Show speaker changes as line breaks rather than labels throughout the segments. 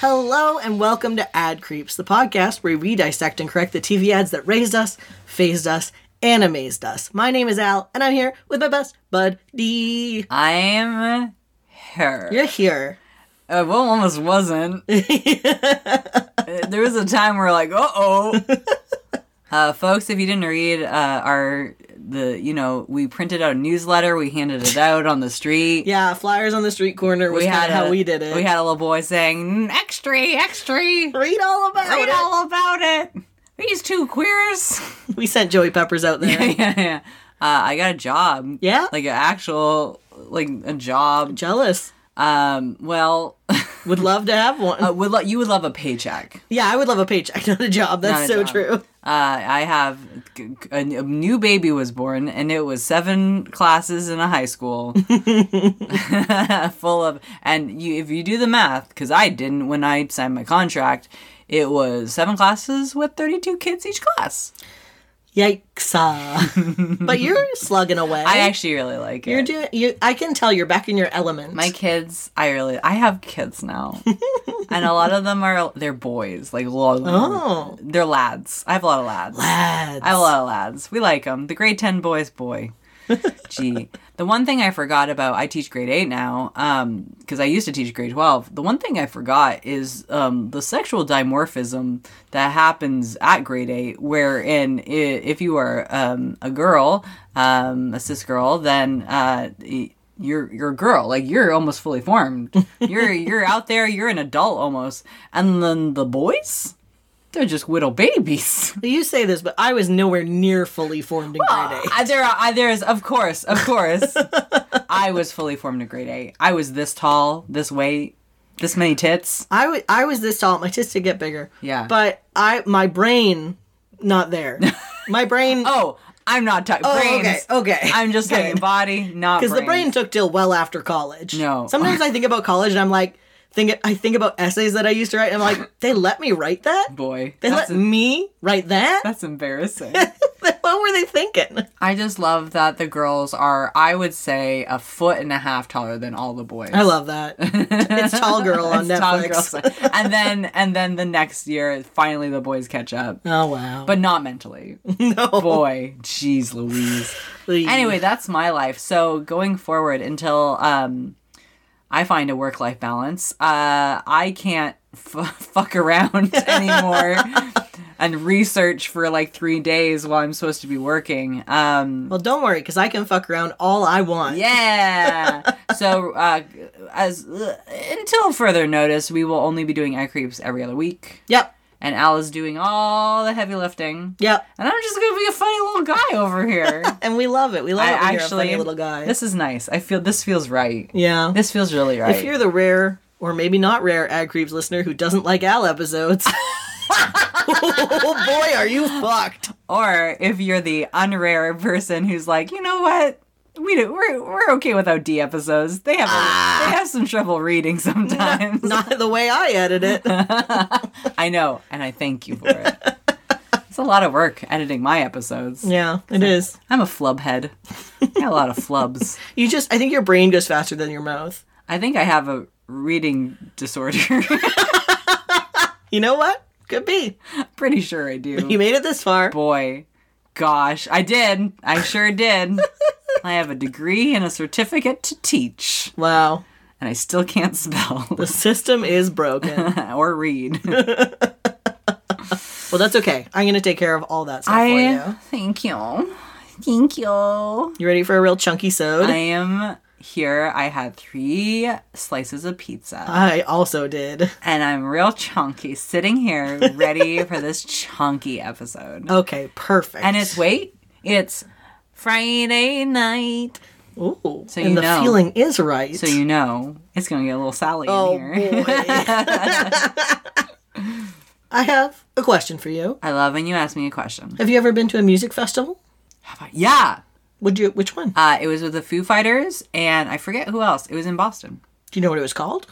Hello and welcome to Ad Creeps, the podcast where we dissect and correct the TV ads that raised us, phased us, and amazed us. My name is Al, and I'm here with my best bud D.
I'm her.
You're here.
Uh, well, almost wasn't. Uh, there was a time where like, uh oh. Uh, folks, if you didn't read uh, our the you know we printed out a newsletter, we handed it out on the street.
Yeah, flyers on the street corner was
we
kind
had
of how
a-
we did it.
We had a little boy saying, "Mm, "Extra, extra, read
read all about it.
all about it." These two queers.
We sent Joey Peppers out there.
yeah, yeah, yeah. Uh, I got a job.
Yeah.
like an actual like a job.
Jealous.
Um, well,
Would love to have one.
uh, would lo- you would love a paycheck.
yeah, I would love a paycheck, not a job. That's
Not
so
a job.
true.
Uh, I have g- g- a n- a new baby was born, and it was seven classes in a high school, full of. And you, if you do the math, because I didn't when I signed my contract, it was seven classes with thirty-two kids each class.
Yikes! but you're slugging away.
I actually really like it.
you're doing. You, I can tell you're back in your element.
my kids, I really, I have kids now, and a lot of them are they're boys, like lo-
Oh.
they're lads. I have a lot of lads.
lads.
I have a lot of lads. We like them. The grade 10 boys, boy. Gee. The one thing I forgot about, I teach grade 8 now, because I used to teach grade 12. The one thing I forgot is um, the sexual dimorphism that happens at grade 8, wherein i if you are um, a girl, um, a cis girl, then. Uh, y- you're you're a girl like you're almost fully formed you're you're out there you're an adult almost and then the boys they're just little babies
You say this, but I was nowhere near fully formed in grade eight.
Uh, there are uh, there is of course of course i was fully formed in grade eight i was this tall this weight this many tits
I wa- I was this tall. My tits did get bigger.
Yeah.
But I my brain not there. My brain
oh i'm not talking
Oh, okay,
brains
okay.
i'm just
Good.
saying body not
because
because
the brain took till well after college.
No.
Sometimes I think about college and I'm like think I think about essays that I used to write and I'm like they let me write that.
boy
They
that's,
let me write that.
that's embarrassing
what were they thinking?
i just love that the girls are i would say a foot and a half taller than all the boys
I love that. Uh, It's Tall Girl on
It's tall
Netflix.
girls. and then and then the next year finally the boys catch up
Oh wow.
but not mentally
no.
boy jeez louise
Please.
anyway, that's my life. So going forward until um, I find a work life balance, uh, I can't f- fuck around anymore and research for like three days while I'm supposed to be working. Um,
Well, don't worry, because I can fuck around all I want.
yeah. so uh, as uh, until further notice, we will only be doing eye creeps every other week.
Yep.
And Al is doing all the heavy lifting.
Yep.
And I'm just gonna be a funny little guy over here.
And we love it. We love
I
it when
actually
you're a funny little guy.
This is nice. I feel this feels right.
yeah.
This feels really right.
If you're the rare or maybe not rare Ad Creeps listener who doesn't like Al episodes, oh boy, are you fucked.
or if you're the unrare person who's like, you know what, we do, we're we're okay without D episodes. They have a, they have some trouble reading sometimes.
Ah. Not the way I edit it.
I know, and I thank you for it. it's a lot of work editing my episodes.
Yeah, it is.
I'm a flubhead. I got a lot of flubs.
You just, I think your brain goes faster than your mouth.
I think I have a reading disorder.
You know what? Could be.
Pretty sure I do.
You made it this far.
boy gosh i did i sure did i have a degree and a certificate to teach
Wow.
and i still can't spell
The system is broken.
or read
Well, that's okay. I'm going to take care of all that stuff for
i
you.
thank you thank you
You ready for a real chunky sode?
i
I,
am here i had three slices of pizza
also did.
and i'm real chunky sitting here ready for this chunky episode
Okay, perfect.
and it's wait it's friday night
Ooh, so
you
and the
know.
feeling is right.
so you know it's gonna get a little sally
Oh
in here
boy. I have a question for you.
I love when you ask me a question.
Have you ever been to a music festival?
Yeah.
Would you which one?
Uh, it was with the Foo Fighters and I forget who else. It was in Boston.
Do you know what it was called?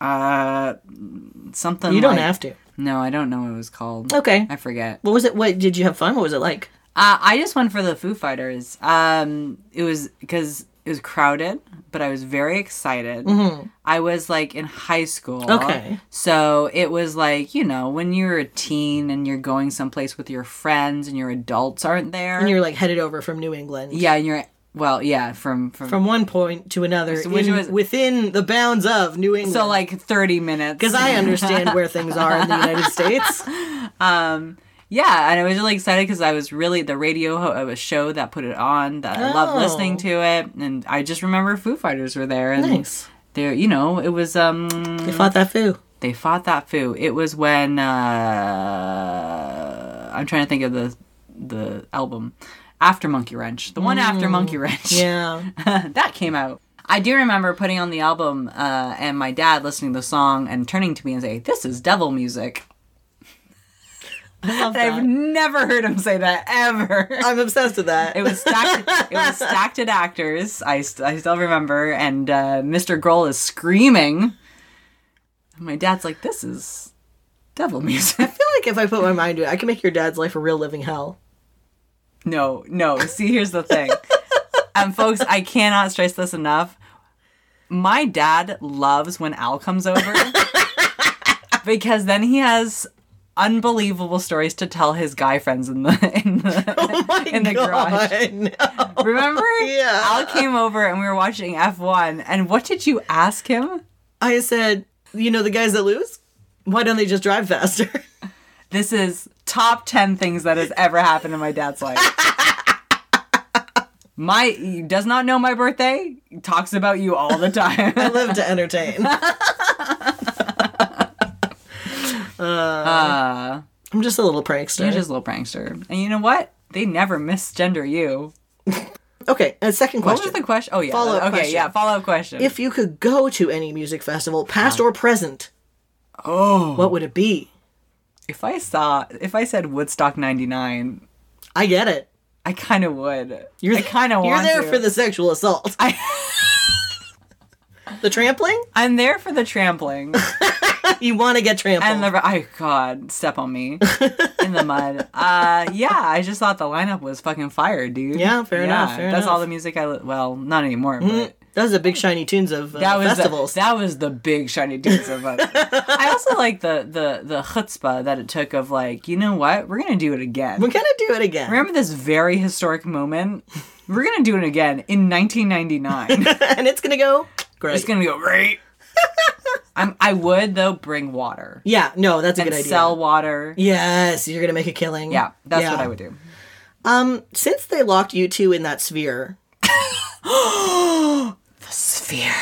Uh, something.
You don't
like-
have to.
No, I don't know what it was called.
Okay.
Oh, I forget.
What was it? What did you have fun? What was it like?
Uh, I just went for the Foo Fighters. Um, it was because it was crowded, but I was very excited. I was like in high school.
Mm-hmm. Okay.
So it was like, you know, when you're a teen and you're going someplace with your friends and your adults aren't there.
And you're like headed over from New England.
yeah, and you're well, yeah, from from,
From one point to another
which
in-
was-
within the bounds of New England.
so like 30 minutes.
because I understand where things are in the United States.
Yeah, and I was really excited because I was really the radio ho- uh, show that put it on that I
Oh.
loved listening to it, and I just remember Foo Fighters were there and
Nice.
they're you know it was um
They fought that foo.
they fought that foo. It was when uh I'm trying to think of the the album after Monkey Wrench, the one after Monkey Wrench.
Mm. Yeah.
that came out. I do remember putting on the album uh, and my dad listening to the song and turning to me and say, "This is devil music."
I love
I've
that.
never heard him say that ever.
I'm obsessed with that.
It was stacked. it was stacked at actors. I, st- I still remember, and uh, Mr. Grohl is screaming. And my dad's like, "This is devil music."
I feel like if I put my mind to it, I can make your dad's life a real living hell.
no, no. See, here's the thing, and folks, I cannot stress this enough. My dad loves when Al comes over because then he has unbelievable stories to tell his guy friends in the in the
Oh my
in the garage.
God, no.
Remember?
Yeah.
Al came over and we were watching F1. And what did you ask him?
I said, you know, the guys that lose, why don't they just drive faster?
This is top 10 things that has ever happened in my dad's life. My he does not know my birthday, talks about you all the time.
Live to entertain.
Uh,
I'm just a little prankster.
you're just a little prankster. And you know what? They never misgender you.
Okay, a second
What
question.
was the question? Oh, yeah.
Follow-up
okay,
question.
yeah. Follow up question.
If you could go to any music festival, past or present,
oh.
what would it be?
If I saw, if I said Woodstock 99,
I get it.
I kind of would. You're, I kind of
You're
want
there
to.
for the sexual assault. the trampling?
I'm there for the trampling
You want to get trampled.
and the oh god, step on me in the mud. Uh, yeah, I just thought the lineup was fucking fire, dude.
Yeah, fair enough, fair
that's
enough.
all the music I li- well, not anymore. But
that was a big shiny tunes of uh,
that was
festivals.
The, that was the big shiny dudes of us. I also like the the the chutzpah that it took of like you know what we're gonna do it again.
We're gonna do it again.
Remember this very historic moment. We're gonna do it again in 1999.
and it's gonna go great.
it's gonna go great. I'm, I would though bring water
yeah, no, that's a
and
good idea.
sell water.
Yes, you're gonna make a killing.
Yeah, that's
Yeah.
what I would do.
Um, since they locked you two in that sphere,
Sphere.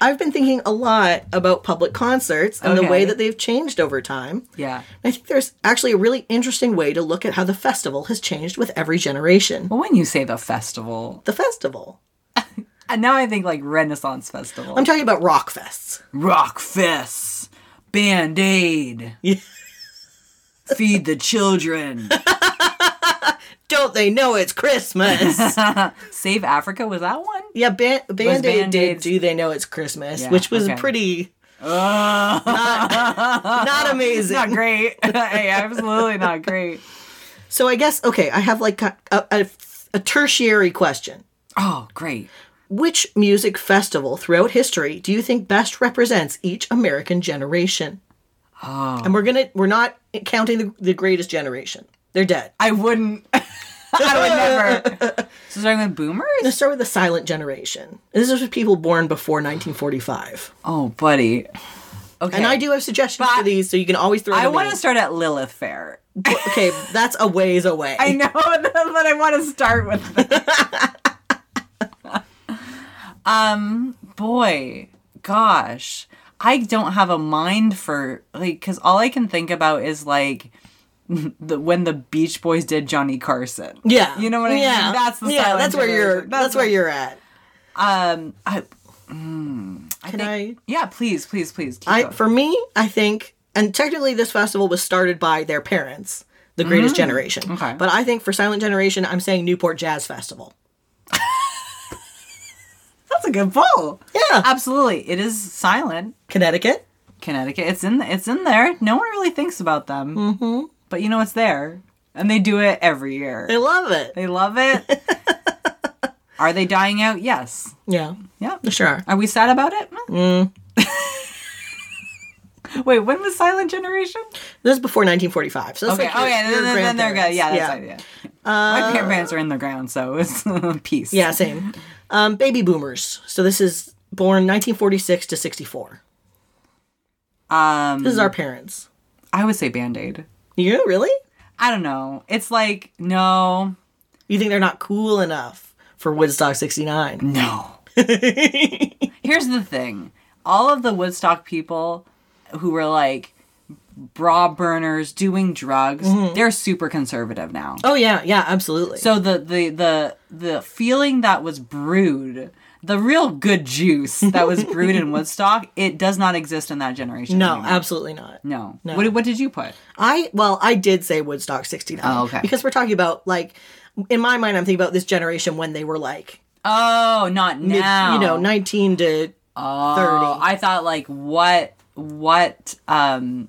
I've been thinking a lot about public concerts and the
Okay.
way that they've changed over time.
Yeah.
I think there's actually a really interesting way to look at how the festival has changed with every generation.
But when you say the festival,
The festival.
and now I think like Renaissance Festival,
I'm talking about rock fests.
Rock Fest, Band Aid,
Yeah.
Feed the Children,
Don't they know it's Christmas?
Save Africa. Was that one?
yeah, ba- Band Aid did
Band-Aid's-
Do They Know It's Christmas,
Yeah,
which was
okay.
pretty. not, not amazing.
Not great. hey, absolutely not great.
So I guess, okay, I have like a, a, a tertiary question.
Oh, great.
Which music festival throughout history do you think best represents each American generation?
Oh.
And we're gonna we're not counting the, the greatest generation. They're dead.
I wouldn't. I would never. So starting with boomers.
Let's start with the silent generation. This is for people born before 1945.
Oh, buddy. Okay.
And I do have suggestions
But-
for these, so you can always throw.
I
them
want
in.
to start at Lilith Fair.
okay, that's a ways away.
I know, but I want to start with this. um, boy, gosh, I don't have a mind for like because all I can think about is like the when the Beach Boys did Johnny Carson.
yeah,
you know what I mean?
yeah.
That's the
yeah.
silent
That's where you're.
generation.
That's,
That's
where you're at.
Um, I. mm, I
Can
think- Yeah, please, please, please. Keep
I
going.
for me, I think, and technically, this festival was started by their parents, the Greatest Generation.
Mm. Okay.
but I think for silent generation, I'm saying Newport Jazz Festival.
That's a good poll.
Yeah,
Absolutely, it is silent.
Connecticut.
Connecticut. It's in it's in there. No one really thinks about them. Mm-hmm. But you know it's there, and they do it every year.
I love it.
They love it. Are they dying out? Yes.
Yeah,
Yeah.
sure. are.
Are we sad about it?
Mm.
Wait, when was Silent Generation?
This is before 1945, so that's
Okay.
like
oh
your-
yeah.
your
Then, then, then they're good.
grandparents. Uh,
Yeah. That's yeah. My parents are in the ground, so it's peace.
Yeah, same. Um, baby boomers. So this is born 1946 to 64.
Um, Mm.
This is our parents.
I would say Band Aid.
You really?
I don't know. It's like no,
You think they're not cool enough for Woodstock
Mm.
69?
no. Here's the thing: all of the Woodstock people who were like bra burners doing drugs,
Mm-hmm.
they're super conservative now.
Oh yeah, yeah, absolutely.
So the the the the feeling that was brewed, the real good juice that was brewed in Woodstock, it does not exist in that generation.
no,
anymore.
absolutely not.
no. What what did you put?
I well, I did say Woodstock 69
Oh, okay.
because we're talking about like in my mind I'm thinking about this generation when they were like
Oh, not
mid-
now.
you know, 19 to
Oh, I thought like what what um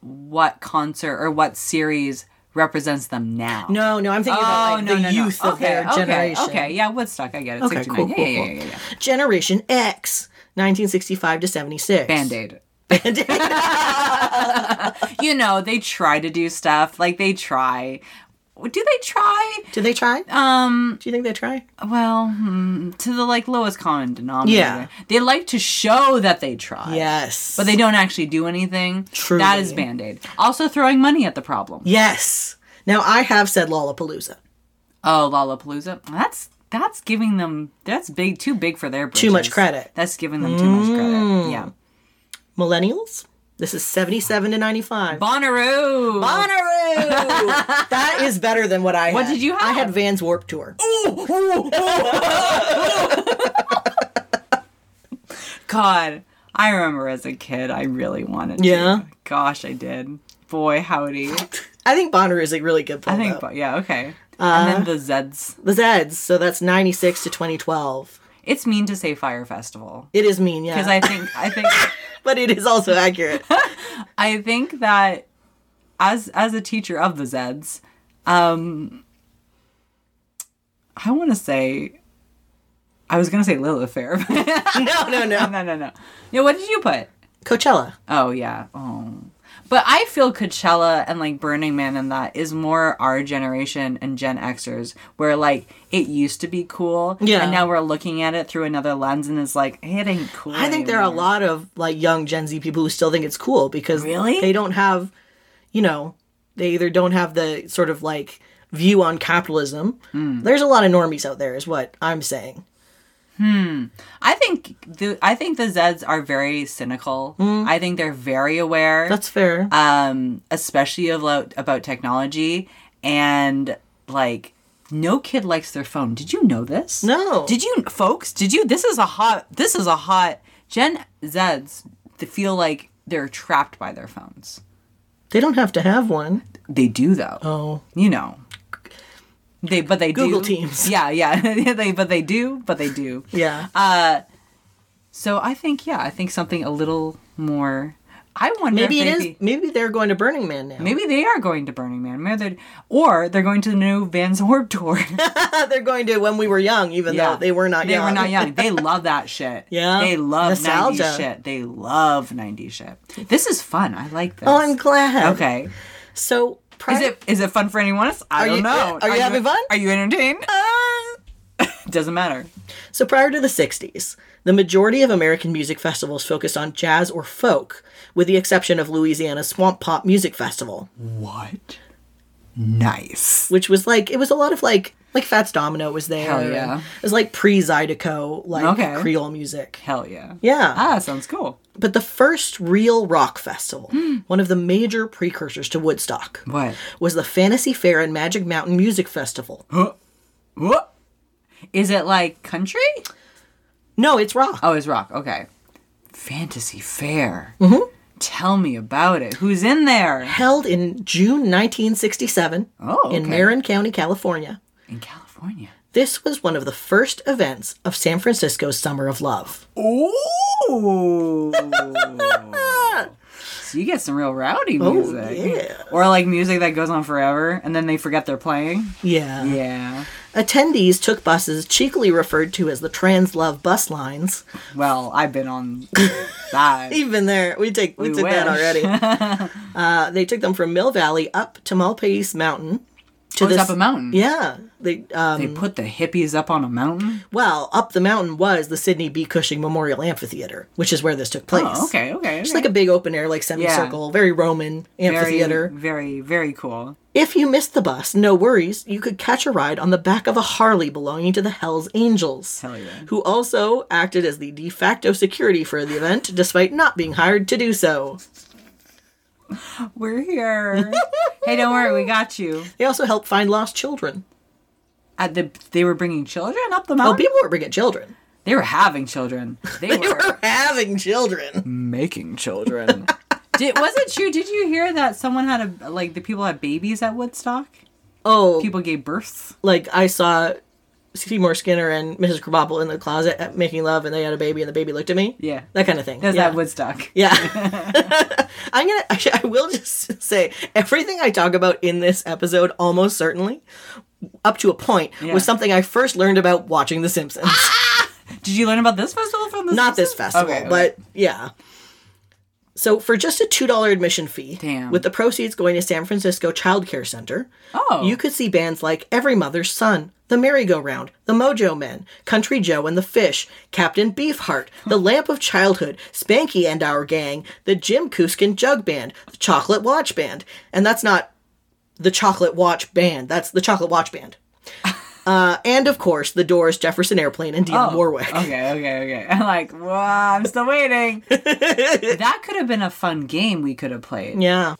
what concert or what series represents them now?
No, no, I'm thinking about
Oh,
like, the youth of
okay,
their
okay,
generation.
Okay, yeah, Woodstock, I get it.
Okay,
69.
cool,
yeah,
cool,
yeah,
cool.
yeah, yeah, yeah.
Generation X, 1965 to 76.
Band aid.
Band-Aid.
you know, they try to do stuff. Like they try. Do they try?
Do they try?
Um,
Do you think they try?
well, hmm, to the like lowest common denominator.
Yeah.
They like to show that they try.
Yes.
But they don't actually do anything.
Truly.
That is band aid. Also throwing money at the problem.
Yes. Now I have said Lollapalooza.
Oh, Lollapalooza. That's that's giving them that's big too big for their britches.
much credit. Mm.
That's giving them too much credit. Yeah.
Millennials. This is 77 to 95.
Bonnaroo.
Bonnaroo! that is better than what I had.
What did you have?
I had Van's Warp Tour.
God, I remember as a kid, I really wanted. to.
Yeah?
Gosh, I did. Boy, howdy.
I think Bonnaroo is a really good pull.
I think.
though.
But yeah. Okay.
Uh?
and then the Zeds.
the Zeds. So that's 96 to 2012.
It's mean to say Fire Festival
It is mean, yeah.
because I think I think
but it is also accurate.
I think that as as a teacher of the Zeds, um, I want to say. I was gonna say Lilith Fair.
no, no, no.
no, no, no. Yeah, what did you put?
Coachella.
Oh yeah. Oh. But I feel Coachella and like Burning Man and that is more our generation and Gen Xers where like it used to be cool.
Yeah.
And now we're looking at it through another lens and it's like, hey, it ain't cool.
I think there are a
anymore.
lot of like young Gen Z people who still think it's cool because
Really?
they don't have, you know, they either don't have the sort of like view on capitalism.
Hmm.
There's a lot of normies out there, is what I'm saying.
I think the I think the Zeds are very cynical. I think they're very aware.
Mm. That's fair.
um, especially about about technology and like no kid likes their phone. Did you know this?
No.
Did you, folks? Did you? This is a hot. This is a hot. Gen Zs that feel like they're trapped by their phones.
they don't have to have one.
They do though.
Oh,
You know. They but they do.
Google Teams.
Yeah, yeah. they but they do, but they do.
yeah.
Uh, So I think yeah, I think something a little more. I wonder
maybe
if
it
they'd
is.
be-
Maybe they're going to Burning Man now.
Maybe they are going to Burning Man. Maybe they're, or they're going to the new Vans Warped Tour.
they're going to when we were young, even though they were not
They
young.
were not young. They love that shit.
Yeah.
They love
Nostalgia.
90s shit. They love 90s shit. This is fun. I like this.
Oh, I'm glad.
Okay.
So, prior-
Is it is it fun for anyone else? I
Are
don't
you-
know.
are you having fun? Uh.
Are you entertained? Doesn't matter.
So prior to the 60s, the majority of American music festivals focused on jazz or folk, with the exception of Louisiana's Swamp Pop Music Festival,
What? Nice.
which was like it was a lot of like like Fats Domino was there.
Hell yeah.
and It was like pre-Zydeco like
Okay.
Creole music.
Hell yeah.
Yeah.
Ah, sounds cool.
But the first real rock festival,
Hmm.
one of the major precursors to Woodstock,
What?
was the Fantasy Fair and Magic Mountain Music Festival.
What? Is it like country?
No, it's rock.
Oh, it's rock. Okay. Fantasy Fair. Mm-hmm. Tell me about it. Who's in there?
Held in June 1967
Oh,
in
okay.
Marin County, California.
In California.
This was one of the first events of San Francisco's Summer of Love.
Ah! Ooh. you get some real rowdy
Oh,
music.
yeah.
Or like music that goes on forever and then they forget they're playing.
Yeah.
Yeah.
Attendees took buses cheekily referred to as the Trans Love bus lines.
Well, I've been on that.
Even there, we take we,
We
took that
wish.
already. uh, they took them from Mill Valley up to Malpace Mountain. To
Oh, it's up a mountain?
Yeah, they um,
They put the hippies up on a mountain?
well up the mountain was the Sidney B. Cushing Memorial Amphitheater, which is where this took place.
Oh, okay, okay.
It's like a big open air, like semicircle, very Roman amphitheater.
Very, very, very cool.
If you missed the bus, no worries. You could catch a ride on the back of a Harley belonging to the Hells Angels,
Hell yeah.
who also acted as the de facto security for the event, despite not being hired to do so.
We're here. hey, don't worry, we got you.
They also helped find lost children.
At the, they were bringing children up the
Oh,
mountain.
people were bringing children.
they were having children. They were
having children.
making children. Did, was it true? Did you hear that someone had a like the people had babies at Woodstock?
Oh,
People gave births.
like I saw Seymour Skinner and Mrs. Krabappel in the closet at- making love, and they had a baby, and the baby looked at me.
Yeah,
That kind of thing.
that's
yeah.
at Woodstock.
Yeah. I'm going to, I will just say everything I talk about in this episode, almost certainly, up to a point,
Yeah.
was something I first learned about watching The Simpsons.
Did you learn about this festival from this?
Not this
festival?
festival,
Okay, okay.
but yeah. So for just a $2 admission fee,
Damn.
with the proceeds going to San Francisco Child Care Center,
oh,
you
you
could see bands like Every Mother's Son, The Merry-Go-Round, The Mojo Men, Country Joe and the Fish, Captain Beefheart, The Lamp of Childhood, Spanky and Our Gang, The Jim Couskin Jug Band, The Chocolate Watch Band. And that's not the Chocolate Watch Band, that's the Chocolate Watch Band. Uh, and of course, The Doors, Jefferson Airplane, and
Oh,
Dionne Warwick.
Okay, okay, okay. I'm like, wow, I'm still waiting. that could have been a fun game we could have played.
Yeah.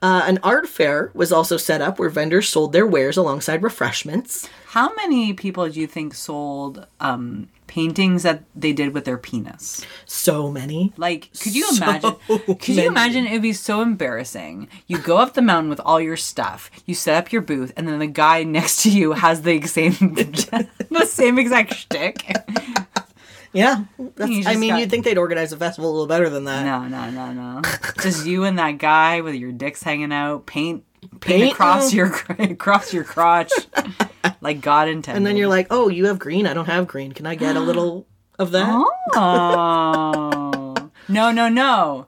Uh, an art fair was also set up where vendors sold their wares alongside refreshments.
How many people do you think sold um, paintings that they did with their penis?
So many.
Like, could you
So
imagine? Could
many.
you imagine? It'd be so embarrassing. You go up the mountain with all your stuff. You set up your booth, and then the guy next to you has the same, the same exact shtick.
Yeah, that's,
You
I
just
mean,
got-
you'd think they'd organize a festival a little better than that.
No, no, no, no. Just you and that guy with your dicks hanging out. Paint, paint,
Paint?
across your across your crotch, like God intended.
And then you're like, oh, you have green. I don't have green. Can I get a little of that?
Uh-huh. oh, no, no, no.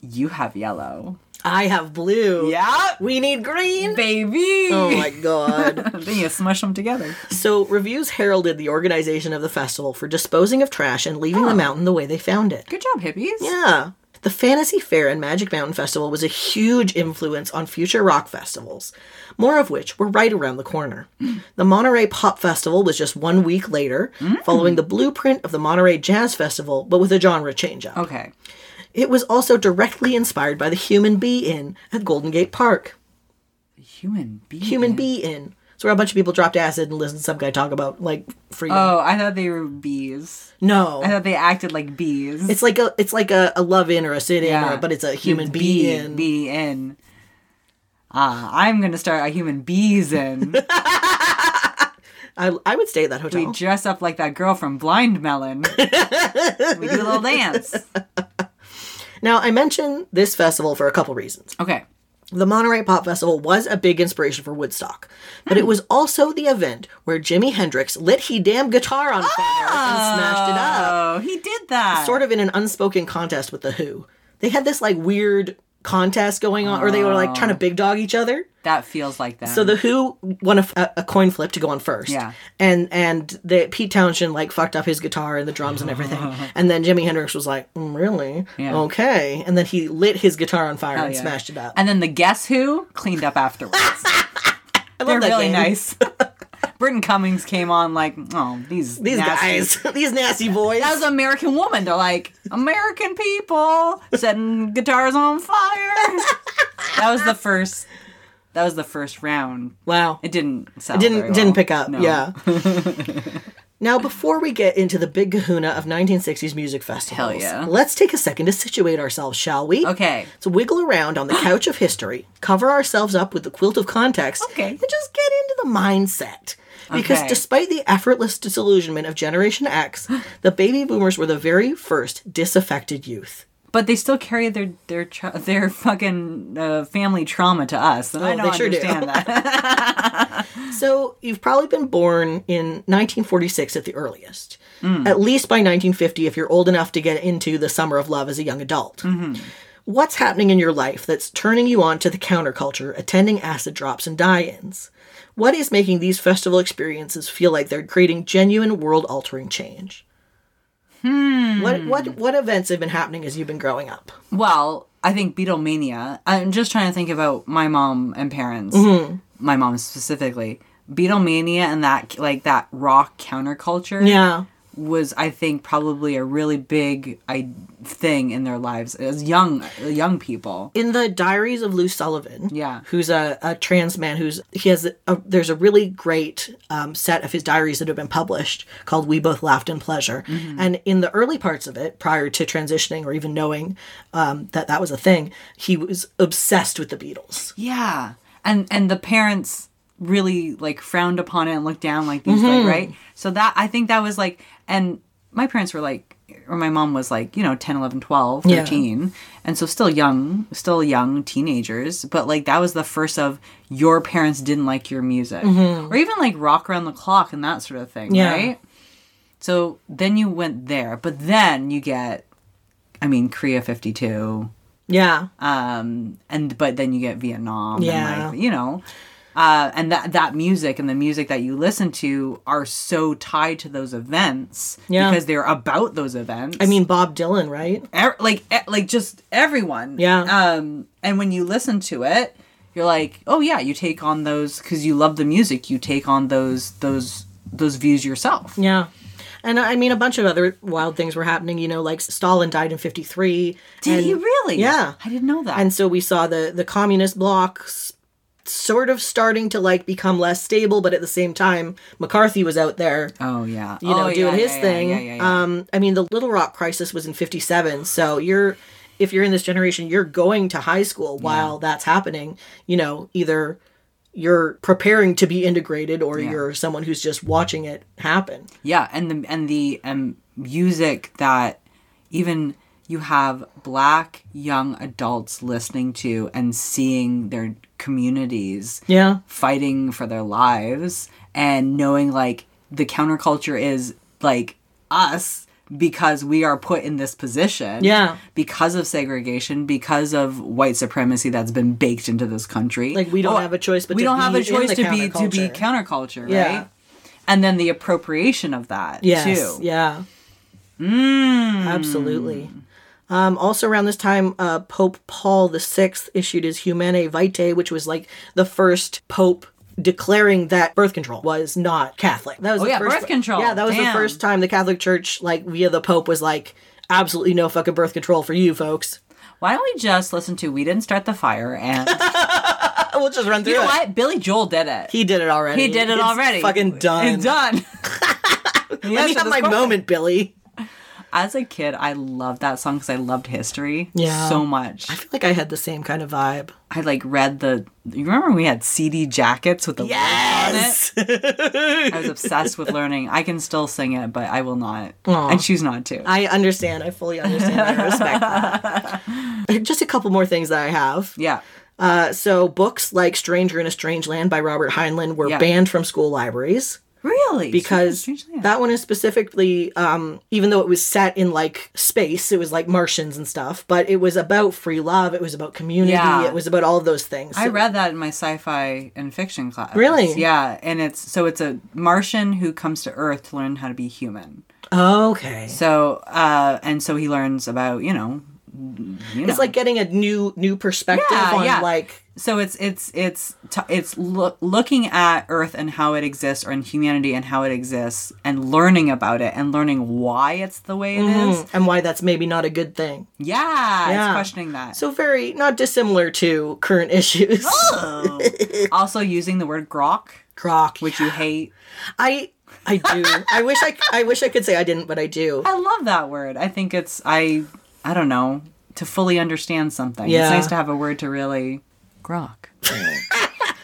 You have yellow.
I have blue.
Yeah,
We need green.
baby.
Oh my god.
then you smush them together.
so, reviews heralded the organization of the festival for disposing of trash and leaving the mountain the way they found it.
Good job, hippies.
Yeah. The Fantasy Fair and Magic Mountain Festival was a huge influence on future rock festivals, more of which were right around the corner. The Monterey Pop Festival was just one week later,
Mm.
following the blueprint of the Monterey Jazz Festival, but with a genre change up.
Okay.
It was also directly inspired by the Human Bee Inn at Golden Gate Park.
Human being.
Human Bee Inn. It's where a bunch of people dropped acid and listened to some guy talk about, like, freedom.
Oh, I thought they were bees.
no.
I thought they acted like bees.
it's like a it's like a, a love in or a sit in,
Yeah.
or, but it's a human bee,
bee
inn.
Bee in. Ah, I'm gonna start a human bees in.
I, I would stay at that hotel.
we dress up like that girl from Blind Melon. we do a little dance.
Now, I mention this festival for a couple reasons.
Okay.
The Monterey Pop Festival was a big inspiration for Woodstock, but it was also the event where Jimi Hendrix lit he damn guitar on fire and smashed it up,
Oh, he did that.
sort of in an unspoken contest with the Who. They had this like weird contest going on, or they were like trying to big dog each other.
That feels like that.
So the Who won a, a coin flip to go on first.
Yeah.
And and the Pete Townshend like fucked up his guitar and the drums and everything. and then Jimi Hendrix was like, "Mm, "Really?
Yeah.
Okay." And then he lit his guitar on fire and
yeah.
smashed it up.
and then the guess who cleaned up afterwards.
I love
They're
that
really
game.
nice. Britton Cummings came on like, oh, these
These
nasty
guys, these nasty boys.
as an American woman. They're like American people setting guitars on fire. that was the first. That was the first round.
wow.
It didn't. Sell
didn't
very well.
didn't pick up.
No.
Yeah. now, before we get into the big Kahuna of 1960s music festivals,
yeah.
let's take a second to situate ourselves, shall we?
Okay.
So wiggle around on the couch of history, cover ourselves up with the quilt of context,
Okay.
and just get into the mindset. Because
Okay.
despite the effortless disillusionment of Generation X, the baby boomers were the very first disaffected youth.
But they still carry their their tra- their fucking uh, family trauma to us, and I
Oh,
don't
they sure do.
understand that.
So you've probably been born in 1946 at the earliest. At least by 1950 if you're old enough to get into the summer of love as a young adult. What's happening in your life that's turning you on to the counterculture, attending acid drops and die-ins? What is making these festival experiences feel like they're creating genuine world-altering change? Hmm. What what what events have been happening as you've been growing up?
Well, I think Beatlemania. I'm just trying to think about my mom and parents.
Mm-hmm.
My mom specifically. Beatlemania and that like that rock counterculture
Yeah.
was I think probably a really big I thing in their lives as young young people.
in the diaries of Lou Sullivan,
Yeah.
who's a, a trans man who's he has a, there's a really great um, set of his diaries that have been published called We Both Laughed in Pleasure,
Mm-hmm.
and in the early parts of it, prior to transitioning or even knowing um, that that was a thing, he was obsessed with the Beatles.
Yeah. And and the parents really like frowned upon it and looked down like these like
Mm-hmm.
right? So that I think that was like and my parents were like or my mom was like, you know, 10, 11, 12,
Yeah.
13. And so still young, still young teenagers, but like that was the first of your parents didn't like your music. Or even like rock around the clock and that sort of thing,
Mm-hmm. Yeah.
right? So then you went there, but then you get I mean, Korea 52
Yeah,
um and but then you get vietnam
Yeah.
and like you know uh and that that music and the music that you listen to are so tied to those events
Yeah.
because they're about those events
I mean Bob Dylan, right?
er- like e- like just everyone
Yeah.
um and when you listen to it you're like oh yeah you take on those because you love the music you take on those those those views yourself
Yeah. And I mean, a bunch of other wild things were happening. You know, like Stalin died in '53.
did he really
Yeah.
i didn't know that
and so we saw the the communist bloc s- sort of starting to like become less stable but at the same time mccarthy was out there
oh yeah
you know
Oh,
doing
yeah,
his
yeah, yeah,
thing
yeah, yeah, yeah.
um i mean the little rock crisis was in 57 so you're if you're in this generation you're going to high school while that's happening you know either you're preparing to be integrated or you're someone who's just watching it happen
Yeah, and the and the um, music that even you have black young adults listening to and seeing their communities
yeah
fighting for their lives and knowing like the counterculture is like us because we are put in this position
Yeah.
because of segregation because of white supremacy that's been baked into this country
Like, we don't
Oh,
have a choice but
we
to
don't have
be
a
in
choice
the
to be to be counterculture right
Yeah.
and then the appropriation of that
Yes.
too Mm.
Yeah. Absolutely. Um, also, around this time, uh, Pope Paul VI issued his Humanae Vitae, which was like the first pope declaring that birth control was not Catholic. That was the
Oh, yeah,
first,
birth control.
Yeah, that was the
Damn.
first time the Catholic Church, like via the Pope, was like, absolutely no fucking birth control for you folks.
Why don't we just listen to We Didn't Start the Fire and you
We'll just run through
know
it.
what? Billy Joel did it.
He did it already.
He did it
It's
already.
Fucking done.
It's done.
Let me have my moment, Billy.
As a kid, I loved that song because I loved history
Yeah.
so much.
I feel like I had the same kind of vibe.
I like read the. You remember we had CD jackets with the words on it? I was obsessed with learning. I can still sing it, but I will not. I choose not to.
I understand. I fully understand. I respect that. Just a couple more things that I have.
yeah.
Uh, so, books like Stranger in a Strange Land by Robert Heinlein were
Yeah.
banned from school libraries
Really?
because
Strangely enough.
that one is specifically, um, even though it was set in like space, it was like Martians and stuff, but it was about free love, it was about community,
Yeah.
it was about all of those things.
I read that in my sci-fi and fiction class.
Really?
Yeah, and it's so it's a Martian who comes to Earth to learn how to be human.
okay.
So, uh, and so he learns about you know, you know.
It's like getting a new new perspective
Yeah,
on
yeah.
like
so it's it's it's t- it's loo- looking at Earth and how it exists, or in humanity and how it exists, and learning about it and learning why it's the way it is.
hmm, and why that's maybe not a good thing.
Yeah,
Mm-hmm. Yeah.
it's questioning that.
So very not dissimilar to current issues.
Oh. also using the word grok,
Grok,
which you hate.
I I do. I wish I I wish I could say I didn't, but I do.
I love that word. I think it's I I don't know to fully understand something.
Yeah.
It's nice to have a word to really grok.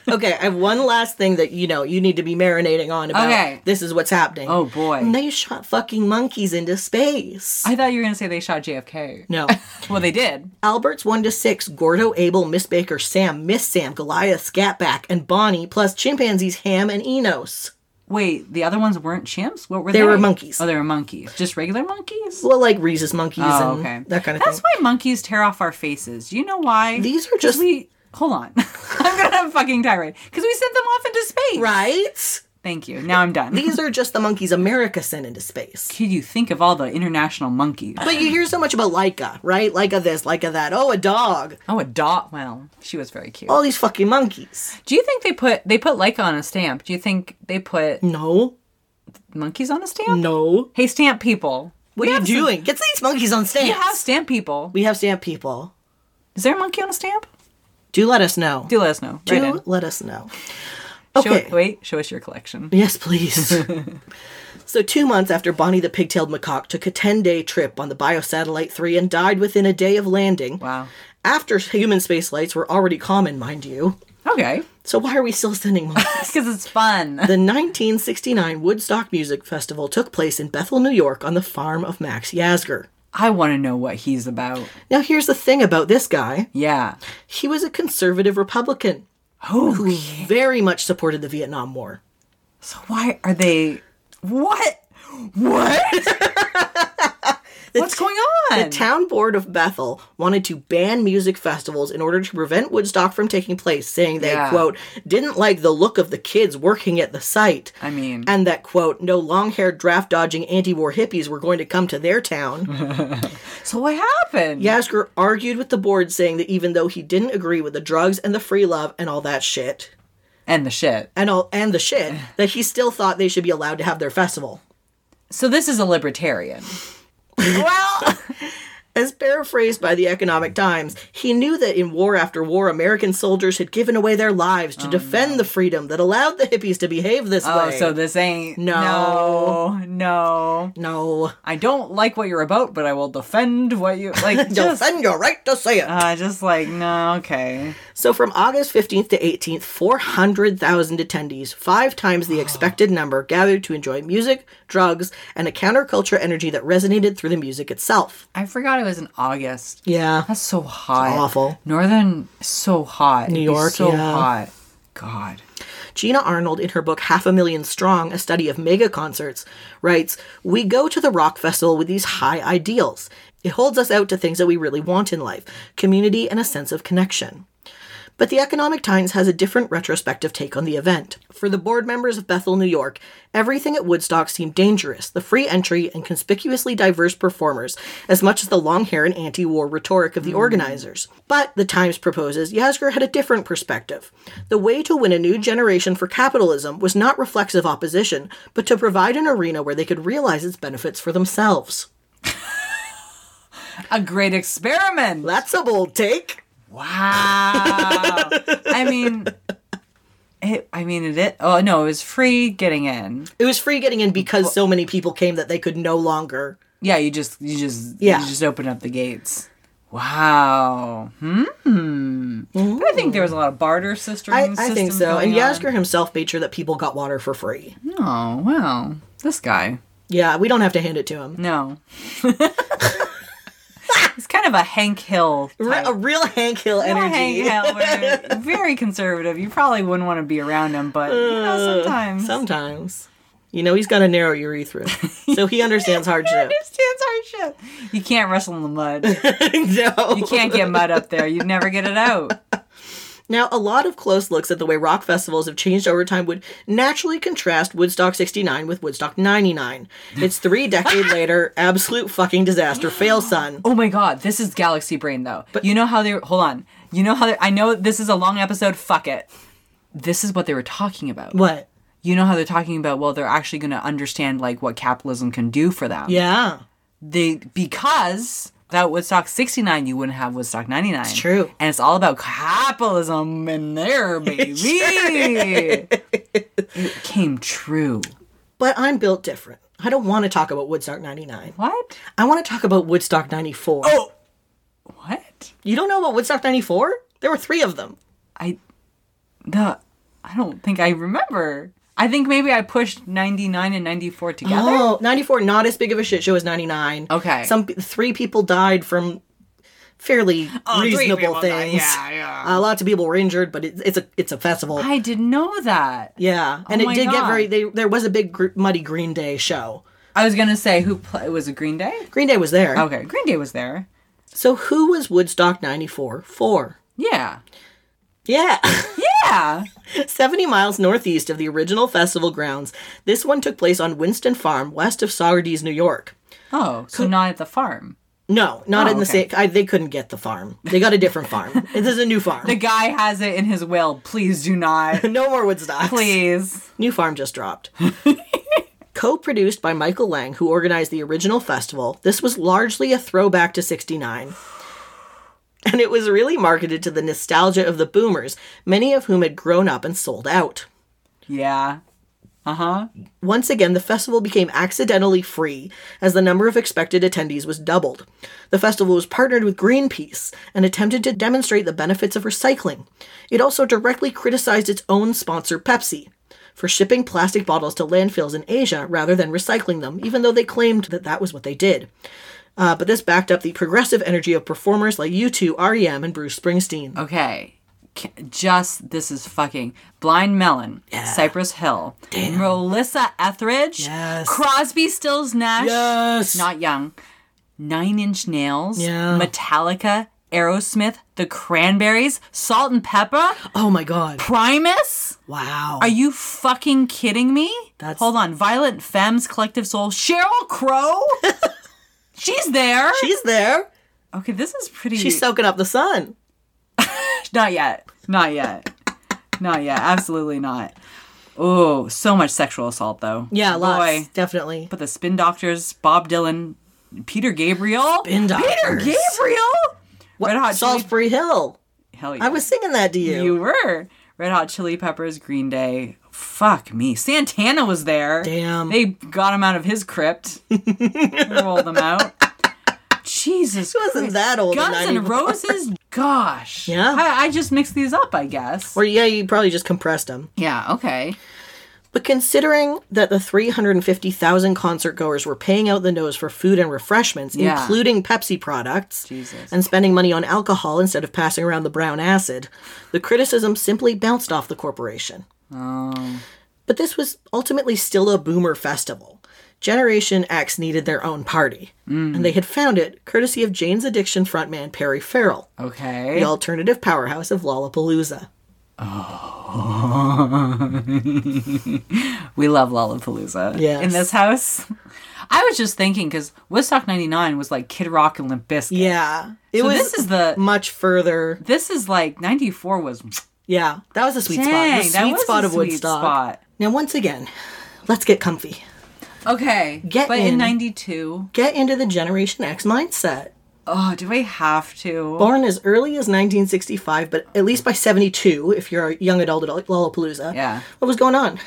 Okay, I have one last thing that you know you need to be marinating on about.
Okay.
This is what's happening.
Oh, boy.
And they shot fucking monkeys into space.
I thought you were gonna say they shot JFK.
no.
Well, they did.
Alberts 1 to 6, Gordo, Abel, Miss Baker, Sam, Miss Sam, Goliath, Scatback, and Bonnie, plus chimpanzees Ham and Enos.
Wait, the other ones weren't chimps. What were they?
They were monkeys.
Oh, they were monkeys. Just regular monkeys.
Well, like Reese's monkeys
Oh,
and
okay.
that kind of
That's
thing.
why monkeys tear off our faces. Do you know why?
These are
'Cause
just-
we. Hold on. I'm gonna have a fucking tirade because we sent them off into space.
Right?
Thank you. Now I'm done.
These are just the monkeys America sent into space.
Could you think of all the international monkeys?
But you hear so much about Laika, right? Laika this, Laika that. Oh, a dog.
Oh, a dot. Well, she was very cute.
All these fucking monkeys.
Do you think they put they put Leica on a stamp? Do you think they put
No.
monkeys on a stamp?
No.
Hey, stamp people.
What
We
are you
have some-
doing? Get these monkeys on stamps.
We have stamp people.
We have stamp people.
Is there a monkey on a stamp?
Do let us know.
Do let us know.
Do
Right in.
let us know.
Show, wait, show us your collection.
Yes, please. so, two months after Bonnie the Pigtailed Macaque took a 10 day trip on the Biosatellite 3 and died within a day of landing,
Wow.
after human space flights were already common, mind you,
Okay.
so why are we still sending monkeys?
Because it's fun.
the 1969 Woodstock Music Festival took place in Bethel, New York, on the farm of Max Yasger.
I want to know what he's about.
Now, here's the thing about this guy
Yeah.
he was a conservative Republican
Oh,
who very much supported the Vietnam War.
so why are they? What? What? What's going on?
The town board of Bethel wanted to ban music festivals in order to prevent Woodstock from taking place, saying they,
Yeah.
quote, didn't like the look of the kids working at the site.
I mean,
and that, quote, no long haired draft dodging anti war hippies were going to come to their town.
so what happened?
Yasker argued with the board, saying that even though he didn't agree with the drugs and the free love and all that shit,
And the shit.
and all and the shit, that he still thought they should be allowed to have their festival.
So this is a libertarian. well,
As paraphrased by the Economic Times, he knew that in war after war, American soldiers had given away their lives to defend the freedom that allowed the hippies to behave this
oh,
way.
so this ain't.
No.
no, no.
no,
I don't like what you're about, but I will defend what you like. Just,
defend your right to say it.
uh, just like no, okay.
so, from August 15th to 18th, 400,000 attendees, five times the expected number, gathered to enjoy music, drugs, and a counterculture energy that resonated through the music itself.
I forgot it was in August.
Yeah.
That's so hot.
awful.
Northern is so hot. New
York,
so
yeah.
hot. God.
Gina Arnold, in her book Half a Million Strong, a study of mega concerts, writes We go to the rock festival with these high ideals. It holds us out to things that we really want in life community and a sense of connection. But the Economic Times has a different retrospective take on the event. For the board members of Bethel, New York, everything at Woodstock seemed dangerous the free entry and conspicuously diverse performers, as much as the long hair and anti war rhetoric of the organizers. But, the Times proposes, Yazger had a different perspective. The way to win a new generation for capitalism was not reflexive opposition, but to provide an arena where they could realize its benefits for themselves.
A great experiment.
That's a bold take.
Wow. I mean, it. I mean, it, it. Oh no, it was free getting in.
It was free getting in because so many people came that they could no longer
Yeah, you just, you just,
Yeah.
you just opened up the gates. Wow. Hmm. But I think there was a lot of barter sister.
I, I think so. And
Yasker.
Yasker himself made sure that people got water for free.
Oh wow, this guy.
Yeah, we don't have to hand it to him.
No. He's kind of a Hank Hill
Re-
type.
a real Hank Hill energy.
Hank Hill, where- very conservative. You probably wouldn't want to be around him, but you
Uh,
know, sometimes
Sometimes. You know, he's got a narrow urethra, so he understands hardship.
understands hardship. You can't wrestle in the mud.
no.
You can't get mud up there. You'd never get it out.
Now, a lot of close looks at the way rock festivals have changed over time would naturally contrast Woodstock 69 with Woodstock 99. It's three decade later, absolute fucking disaster, fail son.
Oh my god, this is galaxy brain though. But you know how they were, hold on. You know how they I know this is a long episode, fuck it. This is what they were talking about.
What?
You know how they're talking about well they're actually going to understand like what capitalism can do for them.
Yeah.
they because without Woodstock '69, you wouldn't have Woodstock '99. It's
true.
and it's all about capitalism in there, baby. it came true.
But I'm built different. I don't want to talk about Woodstock 99.
What?
I want to talk about Woodstock 94.
Oh, what?
You don't know about Woodstock 94? There were three of them.
I the I don't think I remember. I think maybe I pushed 99 and 94 together.
Oh, 94, not as big of a shit show as 99.
Okay.
Some p- three people died from fairly
Oh, three
reasonable
people died.
things.
Yeah, yeah.
Uh, lots of people were injured, but it, it's a it's a festival.
I didn't know that.
yeah, and
my
it did get
God.
very. They, there was a big gr- muddy Green Day show.
I was gonna say who pl- was it Green Day?
Green Day was there.
Okay, Green Day was there.
So who was Woodstock 94 for?
Yeah,
Yeah.
yeah.
70 miles northeast of the original festival grounds, this one took place on Winston Farm, west of Saugerties, New York.
Oh, so not at the farm.
No, not
Oh,
in the
okay.
same. I, they couldn't get the farm. They got a different farm. This is a new farm.
The guy has it in his will. Please do not.
no more Woodstock.
Please.
New farm just dropped. Co produced by Michael Lang, who organized the original festival, this was largely a throwback to 69. And it was really marketed to the nostalgia of the boomers, many of whom had grown up and sold out.
Yeah. Uh huh.
Once again, the festival became accidentally free as the number of expected attendees was doubled. The festival was partnered with Greenpeace and attempted to demonstrate the benefits of recycling. It also directly criticized its own sponsor, Pepsi, for shipping plastic bottles to landfills in Asia rather than recycling them, even though they claimed that that was what they did. Uh, but this backed up the progressive energy of performers like U2, REM, E and Bruce Springsteen.
Okay. C- Just this is fucking Blind Melon, Cypress Hill, Melissa Etheridge,
Yes.
Crosby, Stills, Nash,
Yes.
not young, Nine Inch Nails,
Yeah.
Metallica, Aerosmith, The Cranberries, Salt and Pepper,
Oh my god.
Primus.
Wow.
Are you fucking kidding me?
That's-
Hold on, Violent Femmes, Collective Soul, Cheryl Crow. She's there.
She's there.
okay, this is pretty.
She's soaking up the sun.
Not yet. Not yet. not yet. Absolutely not. Oh, so much sexual assault though.
Yeah, lots.
Boy.
Definitely.
But the Spin Doctors, Bob Dylan, Peter Gabriel.
Spin
Peter
Doctors.
Gabriel. Red Hot Chili.
Salisbury Hill.
Hell yeah.
I was singing that to you.
You were. Red Hot Chili Peppers, Green Day. Fuck me. Santana was there.
Damn.
They got him out of his crypt. Rolled him out. Jesus
It wasn't that old. in
Guns and
94.
Roses? Gosh.
Yeah.
I, I just mixed these up, I guess.
Or yeah, you probably just compressed them.
yeah, okay.
But considering that the 350,000 concert goers were paying out the nose for food and refreshments,
Yeah.
including Pepsi products,
Jesus.
and spending money on alcohol instead of passing around the brown acid, the criticism simply bounced off the corporation.
Oh.
But this was ultimately still a boomer festival. Generation X needed their own party,
Mm.
and they had found it courtesy of Jane's Addiction frontman Perry Farrell.
Okay.
the alternative powerhouse of Lollapalooza.
We love Lollapalooza.
Yes.
In this house. I was just thinking because Woodstock 99 was like Kid Rock and Limp Bizkit.
Yeah. It
So
was
this is the.
much further.
This is like 94 was.
Yeah. That was a sweet
Dang,
spot. The
that
sweet
was
spot
a
of
sweet
Woodstock.
spot.
Now, once again, let's get comfy.
Okay.
Get
but in.
in.
92.
Get into the Generation X mindset.
Oh, do I have to?
Born as early as 1965, but at least by 72, if you're a young adult at Lollapalooza.
Yeah.
What was going on?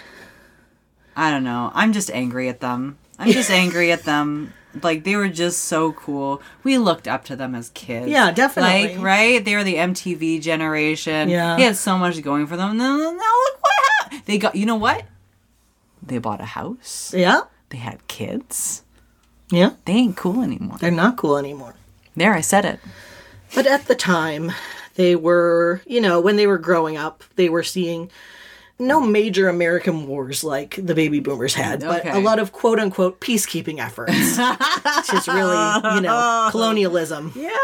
I don't know. I'm just angry at them. I'm just angry at them. Like they were just so cool. We looked up to them as kids.
Yeah, definitely.
Like, right? They were the MTV generation.
Yeah.
They had so much going for them. And then now look what happened. They got you know what? They bought a house.
Yeah.
They had kids.
Yeah.
They ain't cool anymore.
They're not cool anymore.
There, I said it.
But at the time, they were, you know, when they were growing up, they were seeing no major American wars like the baby boomers had, but
Okay.
a lot of quote unquote peacekeeping efforts. It's just really, you know, colonialism,
Yeah.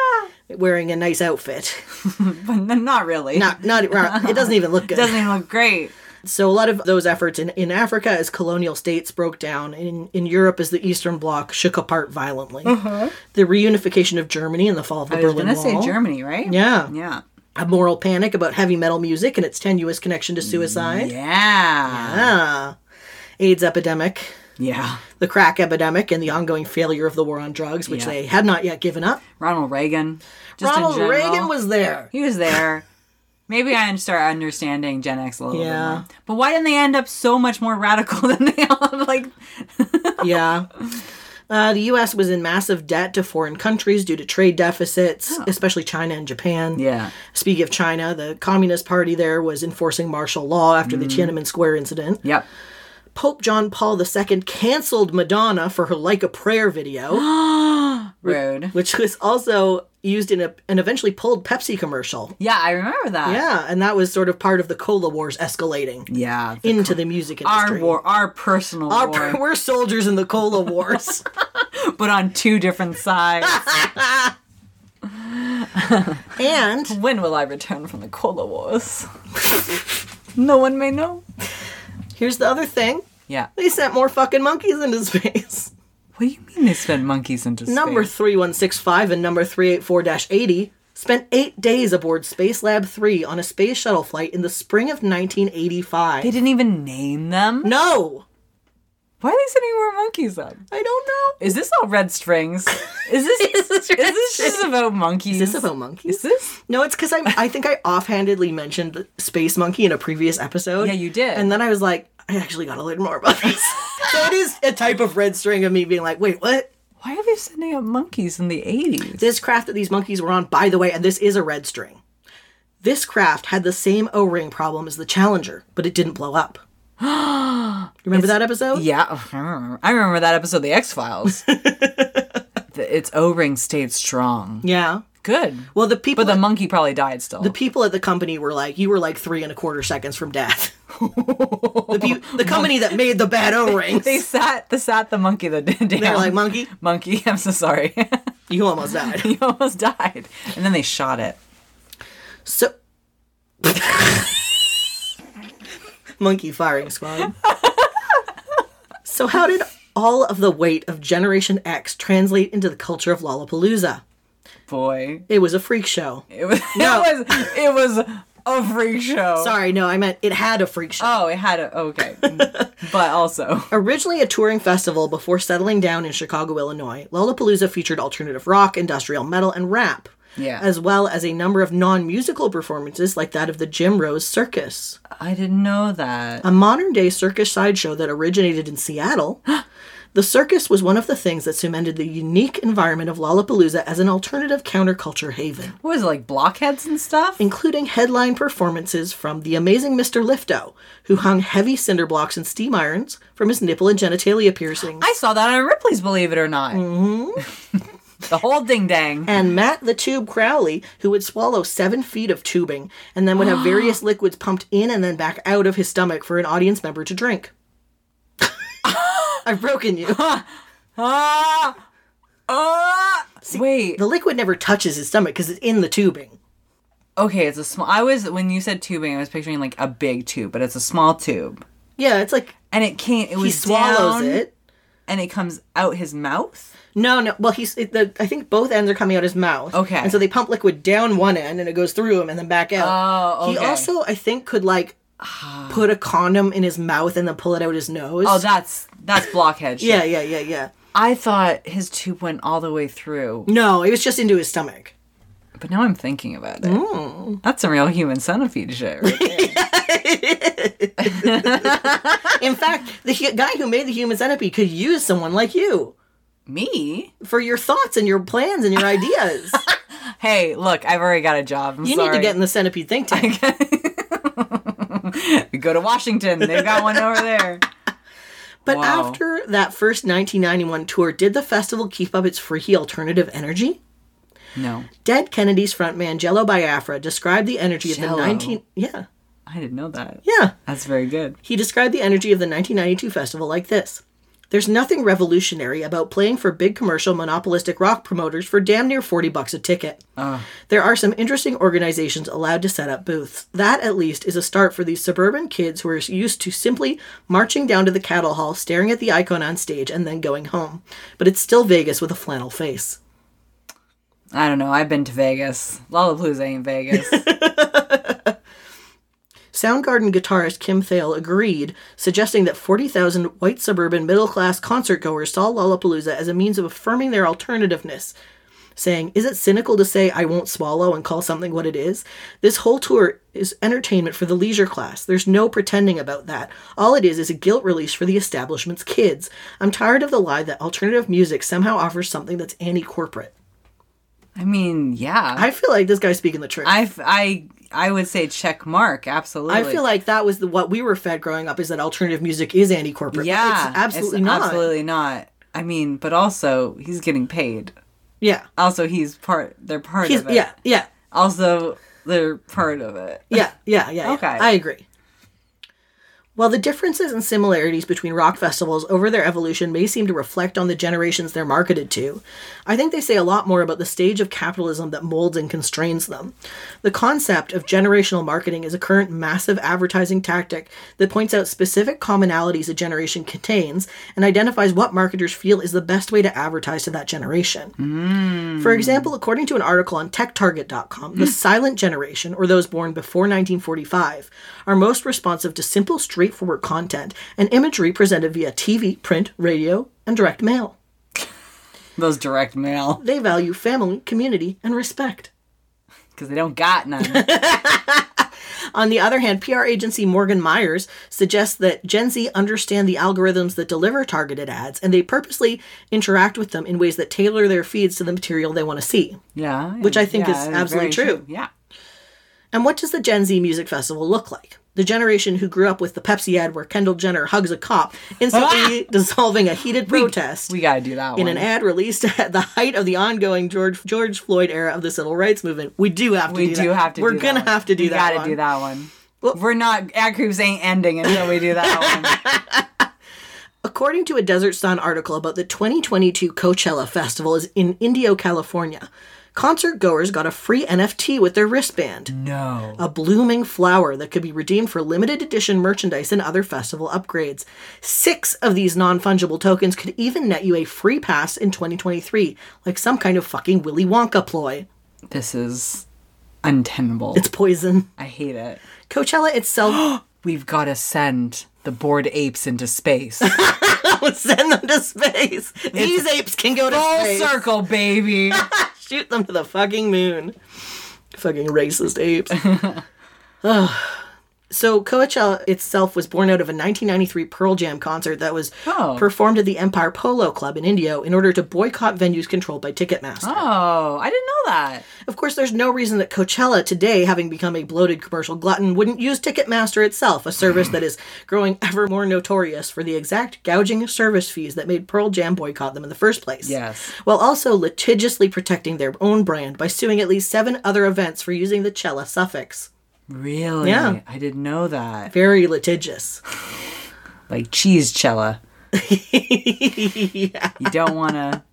wearing a nice outfit.
But n- not really.
Not, not, it doesn't even look good.
Doesn't even look great.
So a lot of those efforts in, in Africa as colonial states broke down, in, in Europe as the Eastern Bloc shook apart violently. The reunification of Germany and the fall of the
Mm-hmm. I was
Berlin
gonna
Wall.
say Germany, right?
Yeah.
Yeah.
a moral panic about heavy metal music and its tenuous connection to suicide.
Yeah.
Ah, AIDS epidemic,
Yeah.
the crack epidemic, and the ongoing failure of the war on drugs, which
Yeah.
they had not yet given up.
Ronald Reagan. Just in
Ronald
general.
Reagan was there.
He was there. Maybe I start understanding Gen X a little
Yeah.
bit more. But why didn't they end up so much more radical than they all like?
yeah. Uh, the U.S. was in massive debt to foreign countries due to trade deficits, especially China and Japan.
Yeah.
Speaking of China, the Communist Party there was enforcing martial law after
Mm.
the Tiananmen Square incident.
Yep.
Pope John Paul II canceled Madonna for her Like a Prayer video,
Rude.
which was also used in a, an eventually pulled Pepsi commercial.
Yeah, I remember that.
Yeah, and that was sort of part of the cola wars escalating
Yeah. the-
into the music
our
industry.
war, our personal
Our-
war,
we're soldiers in the cola wars.
but on two different sides.
and
when will I return from the Cola Wars? no one may know.
here's the other thing
Yeah.
they sent more fucking monkeys into space.
What do you mean they spend monkeys into space?
Number 3165 and number 384 80 spent eight days aboard Space Lab 3 on a space shuttle flight in the spring of 1985.
They didn't even name them.
no!
Why are they sending more monkeys up?
I don't know.
Is this all red strings? Is this is
Is this
this,
red
just about monkeys?
Is this about monkeys?
Is this?
No, it's because I I think I offhandedly mentioned the space monkey in a previous episode.
Yeah, you did.
And then I was like, I actually got to learn more about this. so it is a type of red string of me being like, wait, what?
Why are they sending up monkeys in the eighties?
This craft that these monkeys were on, by the way, and this is a red string. This craft had the same O ring problem as the Challenger, but it didn't blow up. Remember that episode?
Yeah, oh, I remember. I remember that episode of the X Files. its O-ring stayed strong.
Yeah.
Good,
Well, the people
but the monkey probably died still.
the people at the company were like, you were like three and a quarter seconds from death. the, pe- the company that made the bad O rings.
they sat, the sat the monkey that did down.
They're like, monkey,
monkey. I'm so sorry.
you almost died.
you almost died, and then they shot it.
So. Monkey firing squad. so, how did all of the weight of Generation X translate into the culture of Lollapalooza?
Boy,
It was a freak show.
it was.
No.
It was. It was a freak show.
Sorry, no, I meant it had a freak show.
Oh, it had a okay, but also
Originally a touring festival before settling down in Chicago, Illinois, Lollapalooza featured alternative rock, industrial metal, and rap,
Yeah.
as well as a number of non musical performances like that of the Jim Rose Circus.
I didn't know that.
a modern day circus sideshow that originated in Seattle, the circus was one of the things that cemented the unique environment of Lollapalooza as an alternative counterculture haven,
What was it like blockheads and stuff?
including headline performances from the amazing Mr. Lifto, who hung heavy cinder blocks and steam irons from his nipple and genitalia piercings,
I saw that on Ripley's Believe It or Not. Mm-hmm. the whole ding dang.
and Matt the Tube Crowley, who would swallow seven feet of tubing and then would have various liquids pumped in and then back out of his stomach for an audience member to drink. I've broken you. Uh,
Ah! Ah! Wait.
The liquid never touches his stomach because it's in the tubing.
Okay, it's a small. I was when you said tubing, I was picturing like a big tube, but it's a small tube,
Yeah, it's like
and it can't. It was
he swallows
down,
it.
and it comes out his mouth.
No, no. Well, he's. It, the, I think both ends are coming out his mouth.
Okay.
And so they pump liquid down one end, and it goes through him, and then back out.
Oh,
He
okay.
also, I think, could like put a condom in his mouth and then pull it out his nose.
Oh, that's that's blockhead. Shit.
yeah, yeah, yeah, yeah.
I thought his tube went all the way through,
No, it was just into his stomach.
but now I'm thinking about it.
Mm.
That's some real human centipede shit. right?
In fact, the hu- guy who made the human centipede could use someone like you
Me?
for your thoughts and your plans and your ideas.
Hey, look, I've already got a job. I'm
you
sorry.
need to get in the centipede think tank.
Go to Washington. They've got one over there.
But
Wow.
after that first 1991 tour, did the festival keep up its freaky alternative energy?
No,
Dead Kennedy's frontman Jello Biafra described the energy of
Jello?
the 19 Yeah.
I didn't know that.
Yeah.
That's very good.
He described the energy of the 1992 festival like this. There's nothing revolutionary about playing for big commercial monopolistic rock promoters for damn near 40 bucks a ticket. There are some interesting organizations allowed to set up booths. That, at least, is a start for these suburban kids who are used to simply marching down to the cattle hall, staring at the icon on stage, and then going home. But it's still Vegas with a flannel face.
I don't know. I've been to Vegas. Lollapalooza ain't Vegas.
Soundgarden guitarist Kim Thale agreed, suggesting that 40,000 white suburban middle class concert goers saw Lollapalooza as a means of affirming their alternativeness saying, Is it cynical to say I won't swallow and call something what it is? This whole tour is entertainment for the leisure class. There's no pretending about that. All it is is a guilt release for the establishment's kids. I'm tired of the lie that alternative music somehow offers something that's anti corporate.
I mean, yeah.
I feel like this guy's speaking the truth.
I I I would say check mark absolutely.
I feel like that was the, what we were fed growing up is that alternative music is anti corporate.
yeah,
It's absolutely not.
Absolutely not. I mean, but also he's getting paid.
Yeah.
Also, he's part. They're part
He's,
of it.
yeah. Yeah.
Also, they're part of it.
Yeah, yeah, yeah. yeah.
Okay.
I agree. While the differences and similarities between rock festivals over their evolution may seem to reflect on the generations they're marketed to, I think they say a lot more about the stage of capitalism that molds and constrains them. The concept of generational marketing is a current massive advertising tactic that points out specific commonalities a generation contains and identifies what marketers feel is the best way to advertise to that generation. For example, according to an article on techtarget.com, the silent generation, or those born before 1945, are most responsive to simple, straightforward content and imagery presented via TV, print, radio, and direct mail.
Those direct mail
They value family, community, and respect.
because they don't got none.
On the other hand, PR agency Morgan Myers suggests that Gen Z understand the algorithms that deliver targeted ads and they purposely interact with them in ways that tailor their feeds to the material they want to see.
yeah,
Which I think
yeah,
is
it's
absolutely
very
true.
Yeah.
And what does the Gen Z music festival look like? The generation who grew up with the Pepsi ad where Kendall Jenner hugs a cop, instantly dissolving a heated protest
We gotta do that
in an
one.
ad released at the height of the ongoing George George Floyd era of the civil rights movement. We do have to
we
do,
do
that.
have to.
We're
do that
gonna
one.
have to do
we
that.
Gotta
one.
do that one. We're not. Ad creeps ain't ending until we do that one.
According to a Desert Sun article about the 2022 Coachella Festival is in Indio, California, concert goers got a free NFT with their wristband.
No.
a blooming flower that could be redeemed for limited edition merchandise and other festival upgrades. Six of these non fungible tokens could even net you a free pass in 2023, like some kind of fucking Willy Wonka ploy.
This is untenable.
It's poison.
I hate it.
Coachella itself
We've got to send the bored apes into space.
would send them to space. These apes can go to
Full
space.
circle, baby.
Shoot them to the fucking moon. Fucking racist apes. Ugh. so Coachella itself was born out of a 1993 Pearl Jam concert that was
Oh.
performed at the Empire Polo Club in Indio in order to boycott venues controlled by Ticketmaster.
Oh, I didn't know that.
Of course, there's no reason that Coachella today, having become a bloated commercial glutton, wouldn't use Ticketmaster itself, a service that is growing ever more notorious for the exact gouging of service fees that made Pearl Jam boycott them in the first place.
Yes.
While also litigiously protecting their own brand by suing at least seven other events for using the Cella suffix.
Really?
Yeah.
I didn't know that.
Very litigious.
Like cheese cella. You don't want to.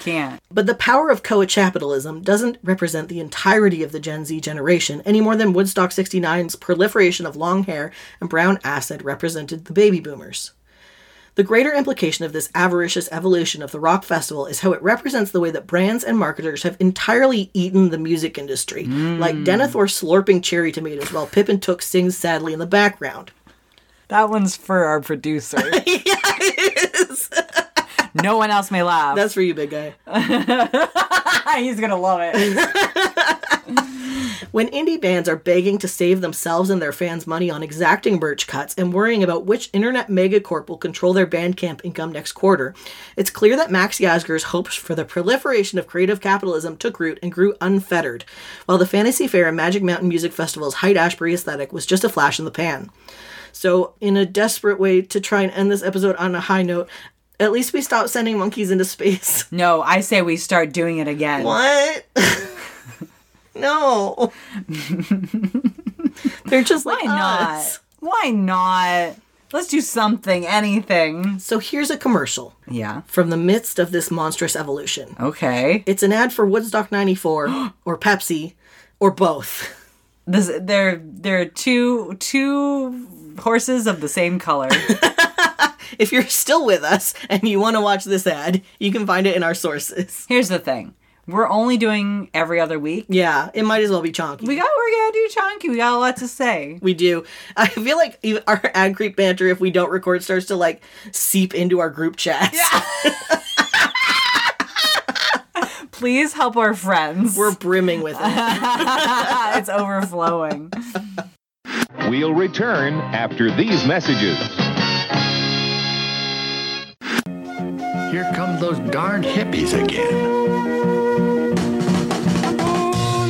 Can't.
But the power of co-capitalism doesn't represent the entirety of the Gen Z generation any more than Woodstock 69's proliferation of long hair and brown acid represented the baby boomers. The greater implication of this avaricious evolution of the rock festival is how it represents the way that brands and marketers have entirely eaten the music industry, like Denethor slurping cherry tomatoes while Pippin Took sings sadly in the background.
That one's for our producer. no one else may laugh.
That's for you, big guy.
He's going to love it.
When indie bands are begging to save themselves and their fans money on exacting merch cuts and worrying about which internet megacorp will control their Bandcamp income next quarter, it's clear that Max Yasger's hopes for the proliferation of creative capitalism took root and grew unfettered, while the Fantasy Fair and Magic Mountain Music Festival's Hyde Ashbury aesthetic was just a flash in the pan. So, in a desperate way to try and end this episode on a high note, at least we stopped sending monkeys into space.
No, I say we start doing it again.
What? no. They're just
Why
like
not?
us.
Uh, Why not? Let's do something, anything.
So here's a commercial
Yeah.
from the midst of this monstrous evolution.
Okay.
It's an ad for Woodstock 94 or Pepsi or both.
This they're they're two two horses of the same color.
If you're still with us and you want to watch this ad, you can find it in our sources.
Here's the thing. We're only doing every other week.
Yeah, it might as well be chonky.
We got we're gonna do chunky. We got a lot to say.
We do. I feel like even our ad creep banter, if we don't record, starts to like seep into our group chats.
Please help our friends.
We're brimming with it.
it's overflowing.
We'll return after these messages.
Here come those darned hippies again.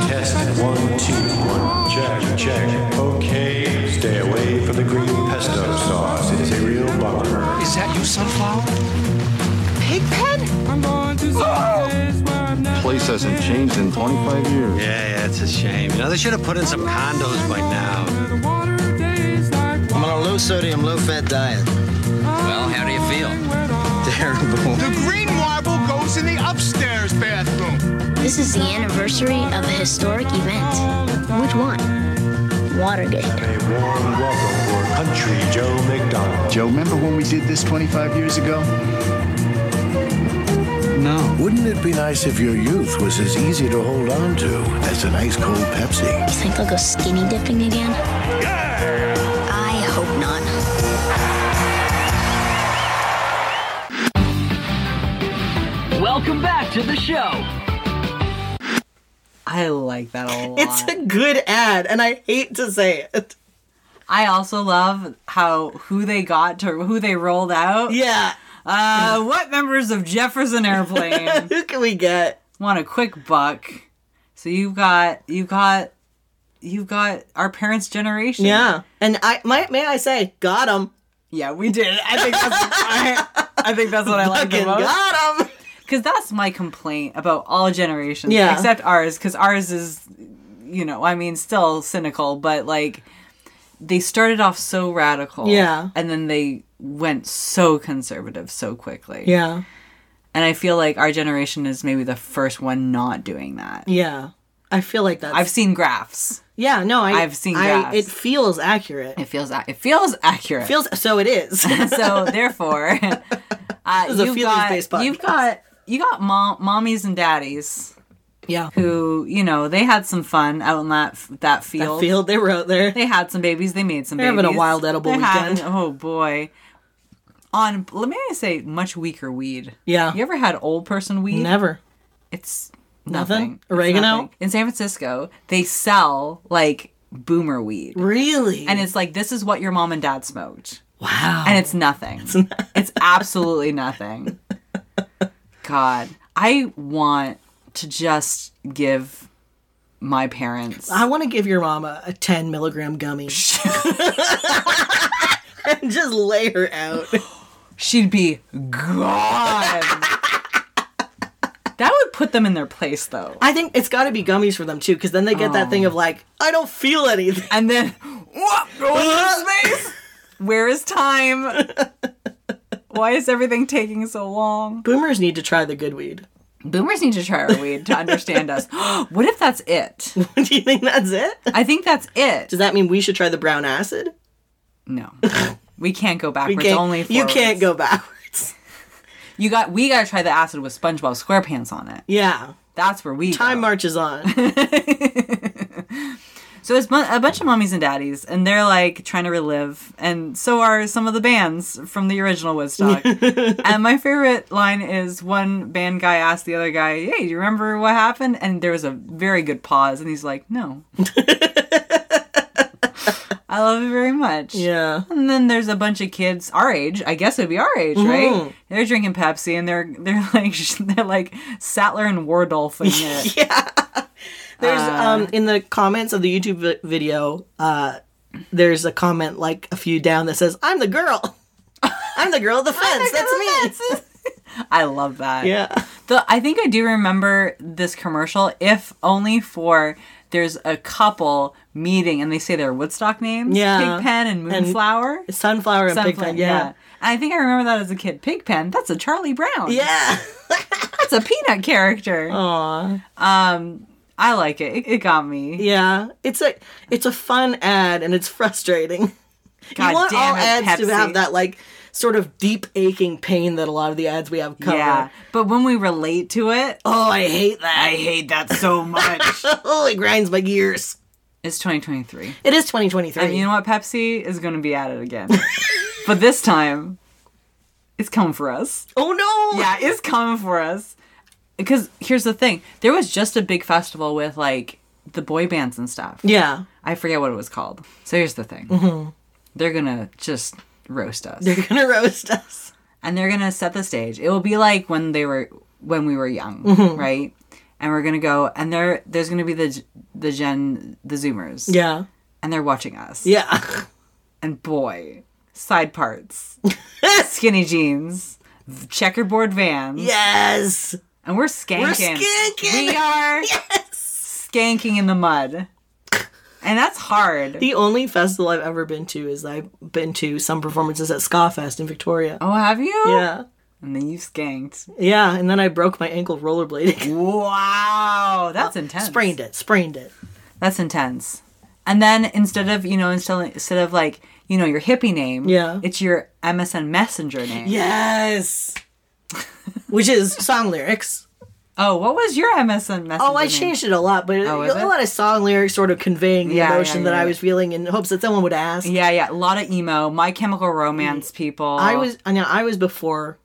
Test one, two, one, check, check. Okay, stay away from the green pesto sauce. It is a real bummer.
Is that you, Sunflower?
Place hasn't changed in 25 years.
Yeah, yeah, it's a shame. You know, they should have put in some condos by now.
I'm on a low sodium, low fat diet.
Well, how do you feel?
Terrible.
The green marble goes in the upstairs bathroom.
This is the anniversary of a historic event. Which one? Watergate.
A warm welcome for country Joe McDonald.
Joe, remember when we did this 25 years ago? No. Wouldn't it be nice if your youth was as easy to hold on to as an ice cold Pepsi?
You think they'll go skinny dipping again? I hope not.
Welcome back to the show.
I like that a lot.
It's a good ad, and I hate to say it.
I also love how who they got to who they rolled out.
Yeah.
Uh, what members of Jefferson Airplane
Who can we get?
want a quick buck? So you've got you've got you've got our parents' generation.
Yeah. And I my, may I say, got him.
yeah, we did. I think that's I, I think that's what I like the
Fucking
most.
got him.
because that's my complaint about all generations
Yeah.
except ours because ours is you know i mean still cynical but like they started off so radical
Yeah.
and then they went so conservative so quickly
Yeah.
and i feel like our generation is maybe the first one not doing that
Yeah. I feel like that's
i've seen graphs
yeah, no, I
I've seen
I,
graphs.
it feels accurate.
it feels a- it feels accurate
feels so it is.
so therefore uh,
is a
you've,
feelings-based
got, you've
podcast.
got you got mom mommies and daddies
yeah.
who you know they had some fun out in that that field.
That field they wrote there.
They had some babies. They made some.
They're
babies.
having a wild edible weekend.
oh boy. On let me say much weaker weed.
Yeah.
You ever had old person weed?
Never.
It's
Nothing?
nothing. It's
Oregano?
nothing. In San Francisco, they sell like boomer weed.
Really?
And it's like this is what your mom and dad smoked.
wow.
And it's nothing. It's, absolutely nothing. God, I want to just give my parents.
I want to give your mama a 10 milligram gummy. and just lay her out.
She'd be gone. that would put them in their place, though.
I think it's got to be gummies for them too, because then they get that thing of like, I don't feel anything.
And then, whoop, go into space. Where is time? Why is everything taking so long?
Boomers need to try the good weed.
Boomers need to try our weed to understand us. what if that's it?
Do you think that's it?
I think that's it.
Does that mean we should try the brown acid?
No. We can't go
We
backwards.
can't.
only
you
forwards.
can't go backwards.
You got. We gotta try the acid with SpongeBob SquarePants on it.
Yeah.
That's where we
Time
go.
marches on.
So it's bu- a bunch of mommies and daddies, and they're like trying to relive, and so are some of the bands from the original Woodstock. and my favorite line is one band guy asked the other guy, "Hey, do you remember what happened?" And there was a very good pause, and he's like, "No." I love it very much.
yeah.
And then there's a bunch of kids our age. I guess it would be our age,
Mm-hmm.
right? They're drinking Pepsi and they're they're like they're like Sattler and Wardolfing it.
There's um in the comments of the YouTube vi- video, uh there's a comment like a few down that says, "I'm the girl. I'm the girl at the fence. That's me."
"Oh, I love that.
Yeah.
The I think I do remember this commercial, if only for there's a couple meeting and they say their Woodstock names.
Yeah.
Pigpen and Moonflower.
Sunflower and
Something,
Pigpen. Yeah.
And I think I remember that as a kid. Pigpen, that's a Charlie Brown.
Yeah.
That's a peanut character. Aww. Um I like it. It, it got me.
Yeah. It's a it's a fun ad and it's frustrating.
God
you want
damn
all
it,
ads
Pepsi.
to have that like sort of deep aching pain that a lot of the ads we have cover.
Yeah. But when we relate to it,
Oh, I hate that.
I hate that so much.
Oh, it grinds my gears.
it's 2023.
It is 2023.
And you know what? Pepsi is going to be at it again. but this time, it's coming for us.
oh no.
Yeah, it's coming for us. because here's the thing there was just a big festival with like the boy bands and stuff
Yeah.
i forget what it was called so here's the thing
Mhm.
they're gonna just roast us
They're gonna roast us.
and they're gonna set the stage it will be like when they were when we were young
Mhm.
right and we're gonna go and there there's gonna be the the gen the zoomers
Yeah.
and they're watching us
Yeah.
and boy side parts skinny jeans checkerboard vans
Yes.
and we're skanking
We're skanking.
We are skanking in the mud. And that's hard.
The only festival I've ever been to is I've been to some performances at Ska Fest in Victoria.
Oh, have you?
Yeah.
And then you skanked.
Yeah, and then I broke my ankle rollerblading.
Wow, that's intense.
Sprained it, sprained it.
That's intense. And then instead of, you know, instead of, instead of like, you know, your hippie name,
Yeah.
it's your MSN Messenger name.
Yes. Which is song lyrics.
Oh, what was your MSN Messenger
Oh, I
name?
changed it a lot, but
Oh, is
a
it?
lot of song lyrics sort of conveying the
Yeah, yeah,
emotion that
yeah,
I
yeah.
was feeling in hopes that someone would ask.
Yeah, yeah. A lot of emo, My Chemical Romance people.
Mm. I was, I know, I was before.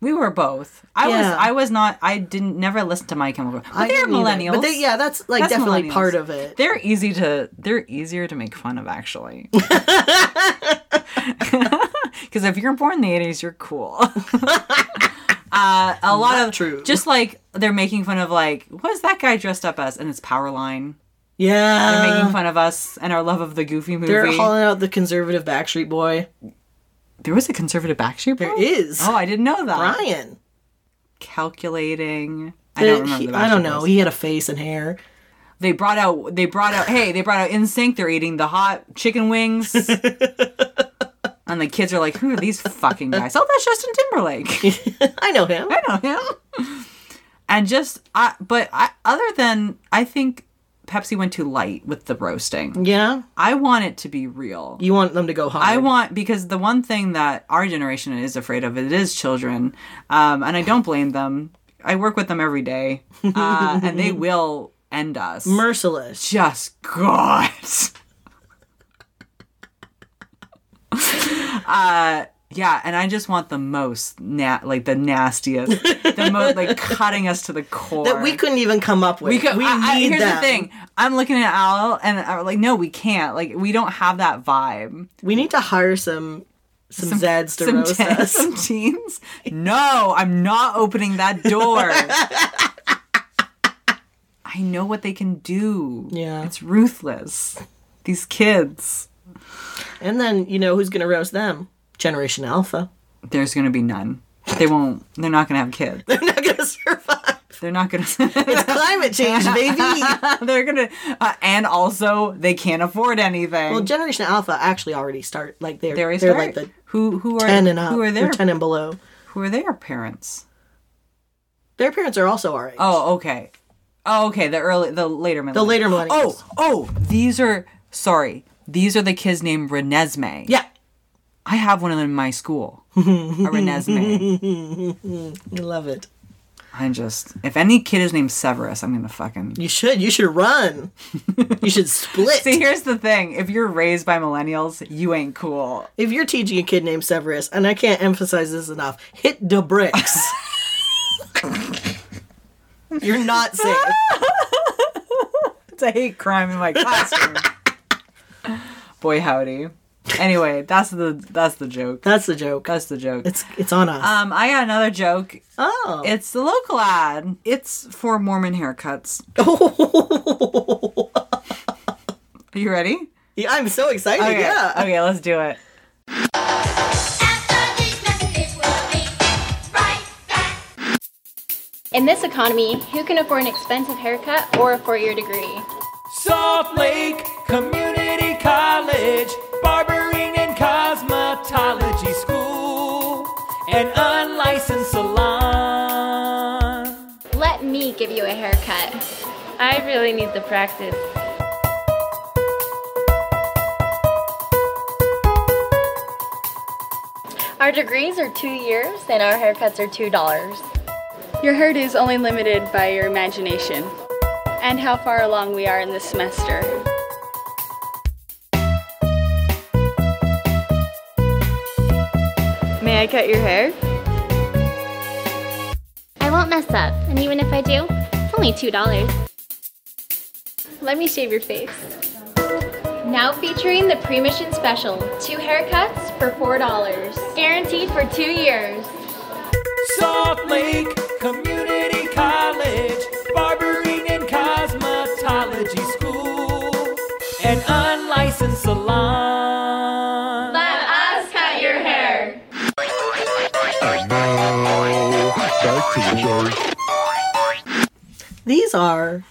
We were both. I was.
Yeah.
I was not. I didn't. Never listen to My Chemical. But
I
they're
didn't either.
millennials.
But they, yeah, that's like
That's
definitely
millennials.
part of it.
They're easy to. They're easier to make fun of actually. Because if you're born in the '80s, you're cool. uh, a lot
Not
of
true.
Just like they're making fun of like, what is that guy dressed up as? And it's Powerline. They're
Yeah.
making fun of us and our love of the Goofy movie.
Uh. They're hauling out the conservative Backstreet Boy.
there was a conservative Backstreet Boy.
There is.
Oh, I didn't know that.
Brian.
Calculating. I don't remember.
He-
the
I
Backstreet
don't know.
Boys.
He had a face and hair.
They brought out they brought out hey, they brought out in sync, they're eating the hot chicken wings. and the kids are like, Who are these fucking guys? Oh, that's Justin Timberlake.
I know him.
I know him. And just I but I other than I think Pepsi went too light with the roasting.
Yeah.
I want it to be real.
You want them to go hard.
I want because the one thing that our generation is afraid of it is children, um, and I don't blame them. I work with them every day, uh, and they will end us
merciless.
just God. uh yeah, and I just want the most na- like the nastiest, the most like cutting us to the core.
That we couldn't even come up with.
we could.
We
I, I,
need
here's
them.
the thing: I'm looking at Al, and I'm like, no, we can't. Like, we don't have that vibe.
We need to hire some some, Zeds to
Some
roast
ten-
us.
some teens. No, I'm not opening that door. I know what they can do.
Yeah.
it's ruthless. These kids.
And then you know who's gonna roast them? Generation Alpha.
there's going to be none. They won't. They're not going to have kids.
They're not gonna survive.
They're not going to.
It's climate change, baby.
they're going to. Uh, and also, they can't afford anything.
well, Generation Alpha actually already start like they're
they
they're,
already
like
start.
the
who who are
ten and up,
who are
they're
their
ten and below.
who are their parents?
Their parents are also our age.
Oh, okay. Oh, okay. The early, the later millennials.
later millennials.
Oh, oh, these are. Sorry, these are the kids named Renesmee.
yeah,
I have one of them in my school. A Renesmee.
I love it.
I'm just. If any kid is named Severus, I'm gonna fucking.
You should you should run. you should split.
See, here's the thing. If you're raised by millennials, you ain't cool.
if you're teaching a kid named Severus, and I can't emphasize this enough, hit the bricks. You're not safe.
It's a hate crime in my classroom. Boy howdy. Anyway, that's the that's the joke.
That's the joke.
That's the joke.
It's it's on us.
Um, I got another joke.
oh.
It's the local ad. It's for Mormon haircuts. Are you ready?
yeah, I'm so excited.
Okay.
Yeah.
Okay, let's do it.
In this economy, who can afford an expensive haircut or a four year degree?
Salt Lake Community College, Barbering and Cosmetology School, an unlicensed salon.
Let me give you a haircut. I really need the practice. Our degrees are two years and our haircuts are $2.
Your hairdo is only limited by your imagination and how far along we are in this semester. May I cut your hair?
I won't mess up, and even if I do, it's only $2. Let me shave your face. Now featuring the pre-mission special, two haircuts for $4. Guaranteed for two years.
Salt Lake Community College, Barbering and Cosmetology School, an unlicensed salon.
Let us cut your hair.
Back to the These are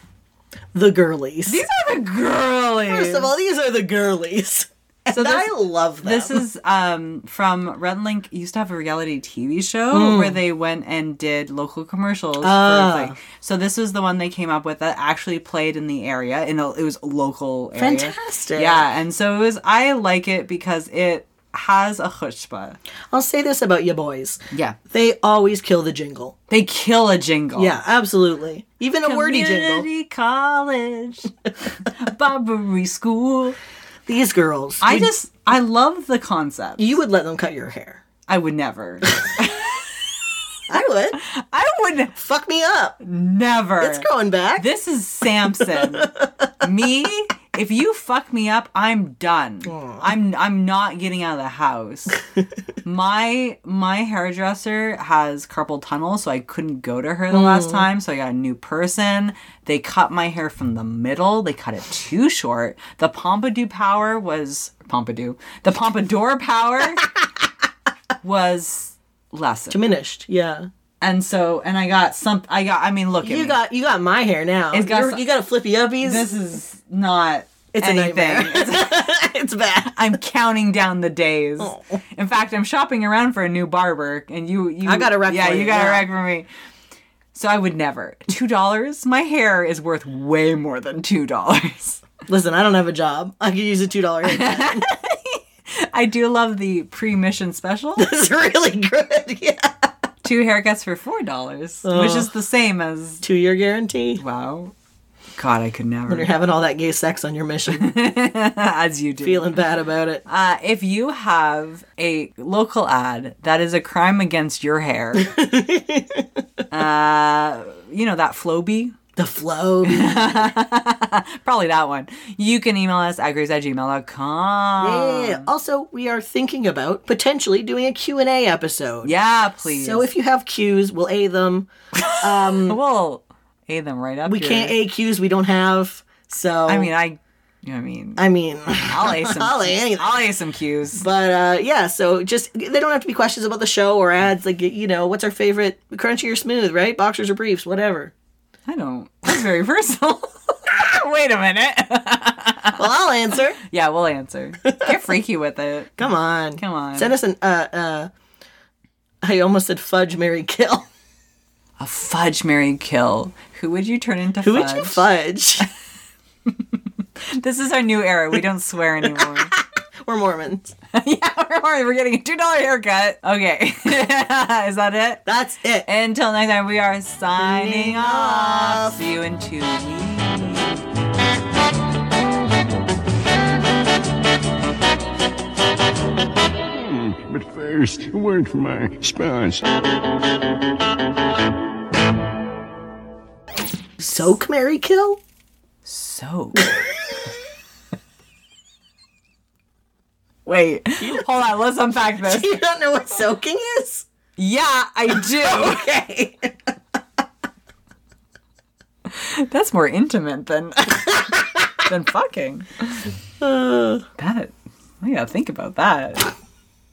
the girlies.
These are the girlies.
First of all, these are the girlies. And
So this-
I love them.
This is um, from Red Link used to have a reality TV show
Mm.
where they went and did local commercials. for,
Ah.
like- so this is the one they came up with that actually played in the area. In a, it was a local area.
Fantastic.
Yeah, and so it was. I like it because it has a chutzpah.
I'll say this about you boys.
Yeah.
They always kill the jingle.
They kill a jingle.
Yeah, absolutely. Even a wordy jingle.
Community college, Barbary school.
These girls.
I
would-
just I love the concept.
You would let them cut your hair.
I would never.
I would.
I would
fuck me up.
Never.
It's growing back.
This is Samson. me, if you fuck me up, I'm done. I'm I'm not getting out of the house. my my hairdresser has carpal tunnel, so I couldn't go to her the last
Mm.
time, so I got a new person. They cut my hair from the middle. They cut it too short. The pompadour power was pompadour. The pompadour power was lessened.
Diminished. Yeah.
And so and I got some I got I mean look at
You
me.
got you got my hair now.
It's got
You're-
some-
you got a flippy uppies.
This is not
It's a
anything.
nightmare. it's bad.
I'm counting down the days.
Oh.
In fact, I'm shopping around for a new barber, and you, you
I got a rec
Yeah,
for
you
you,
got a
yeah.
rec for me. So I would never. Two dollars. My hair is worth way more than two dollars.
Listen, I don't have a job. I could use a two dollar haircut.
I do love the pre-mission special. This
is really good.
Yeah. Two haircuts for four dollars, which is the same as
two year guarantee.
Wow. God, I could never.
When you're having all that gay sex on your mission.
as you do.
Feeling bad about it. Ah,
Uh, if you have a local ad that is a crime against your hair, uh, you know, that Floby?
The Floby.
Probably that one. You can email us at graves at gmail.com.
Yeah. Also, we are thinking about potentially doing a Q&A episode.
Yeah, please.
So if you have cues, we'll A them. Um,
we'll A them right up.
we
your-
can't A cues we don't have. So
I mean, I. You know what I mean?
I mean,
I'll A some.
I'll A anything.
I'll A some cues.
But uh, yeah, so just they don't have to be questions about the show or ads. Like you know, what's our favorite crunchy or smooth, right? Boxers or briefs, whatever.
I don't. That's very personal. Wait a minute.
well, I'll answer.
Yeah, we'll answer. Get freaky with it.
Come on,
Come on.
Send us an. Uh, uh, I almost said fudge, Mary kill.
a fudge Mary kill. Who would you turn into
Who
fudge?
would you fudge?
This is our new era. We don't swear anymore.
We're Mormons.
yeah, we're, Mormon. we're getting a $2 haircut. Okay. is that it?
That's it.
Until next time, we are signing off. See you in two weeks.
But first, a word from our sponsor.
Soak, Mary kill.
So. Wait, hold on. Let's unpack this.
Do you not know what soaking is?
Yeah, I
Okay.
do. That's more intimate than than fucking.
Uh,
That I gotta think about that.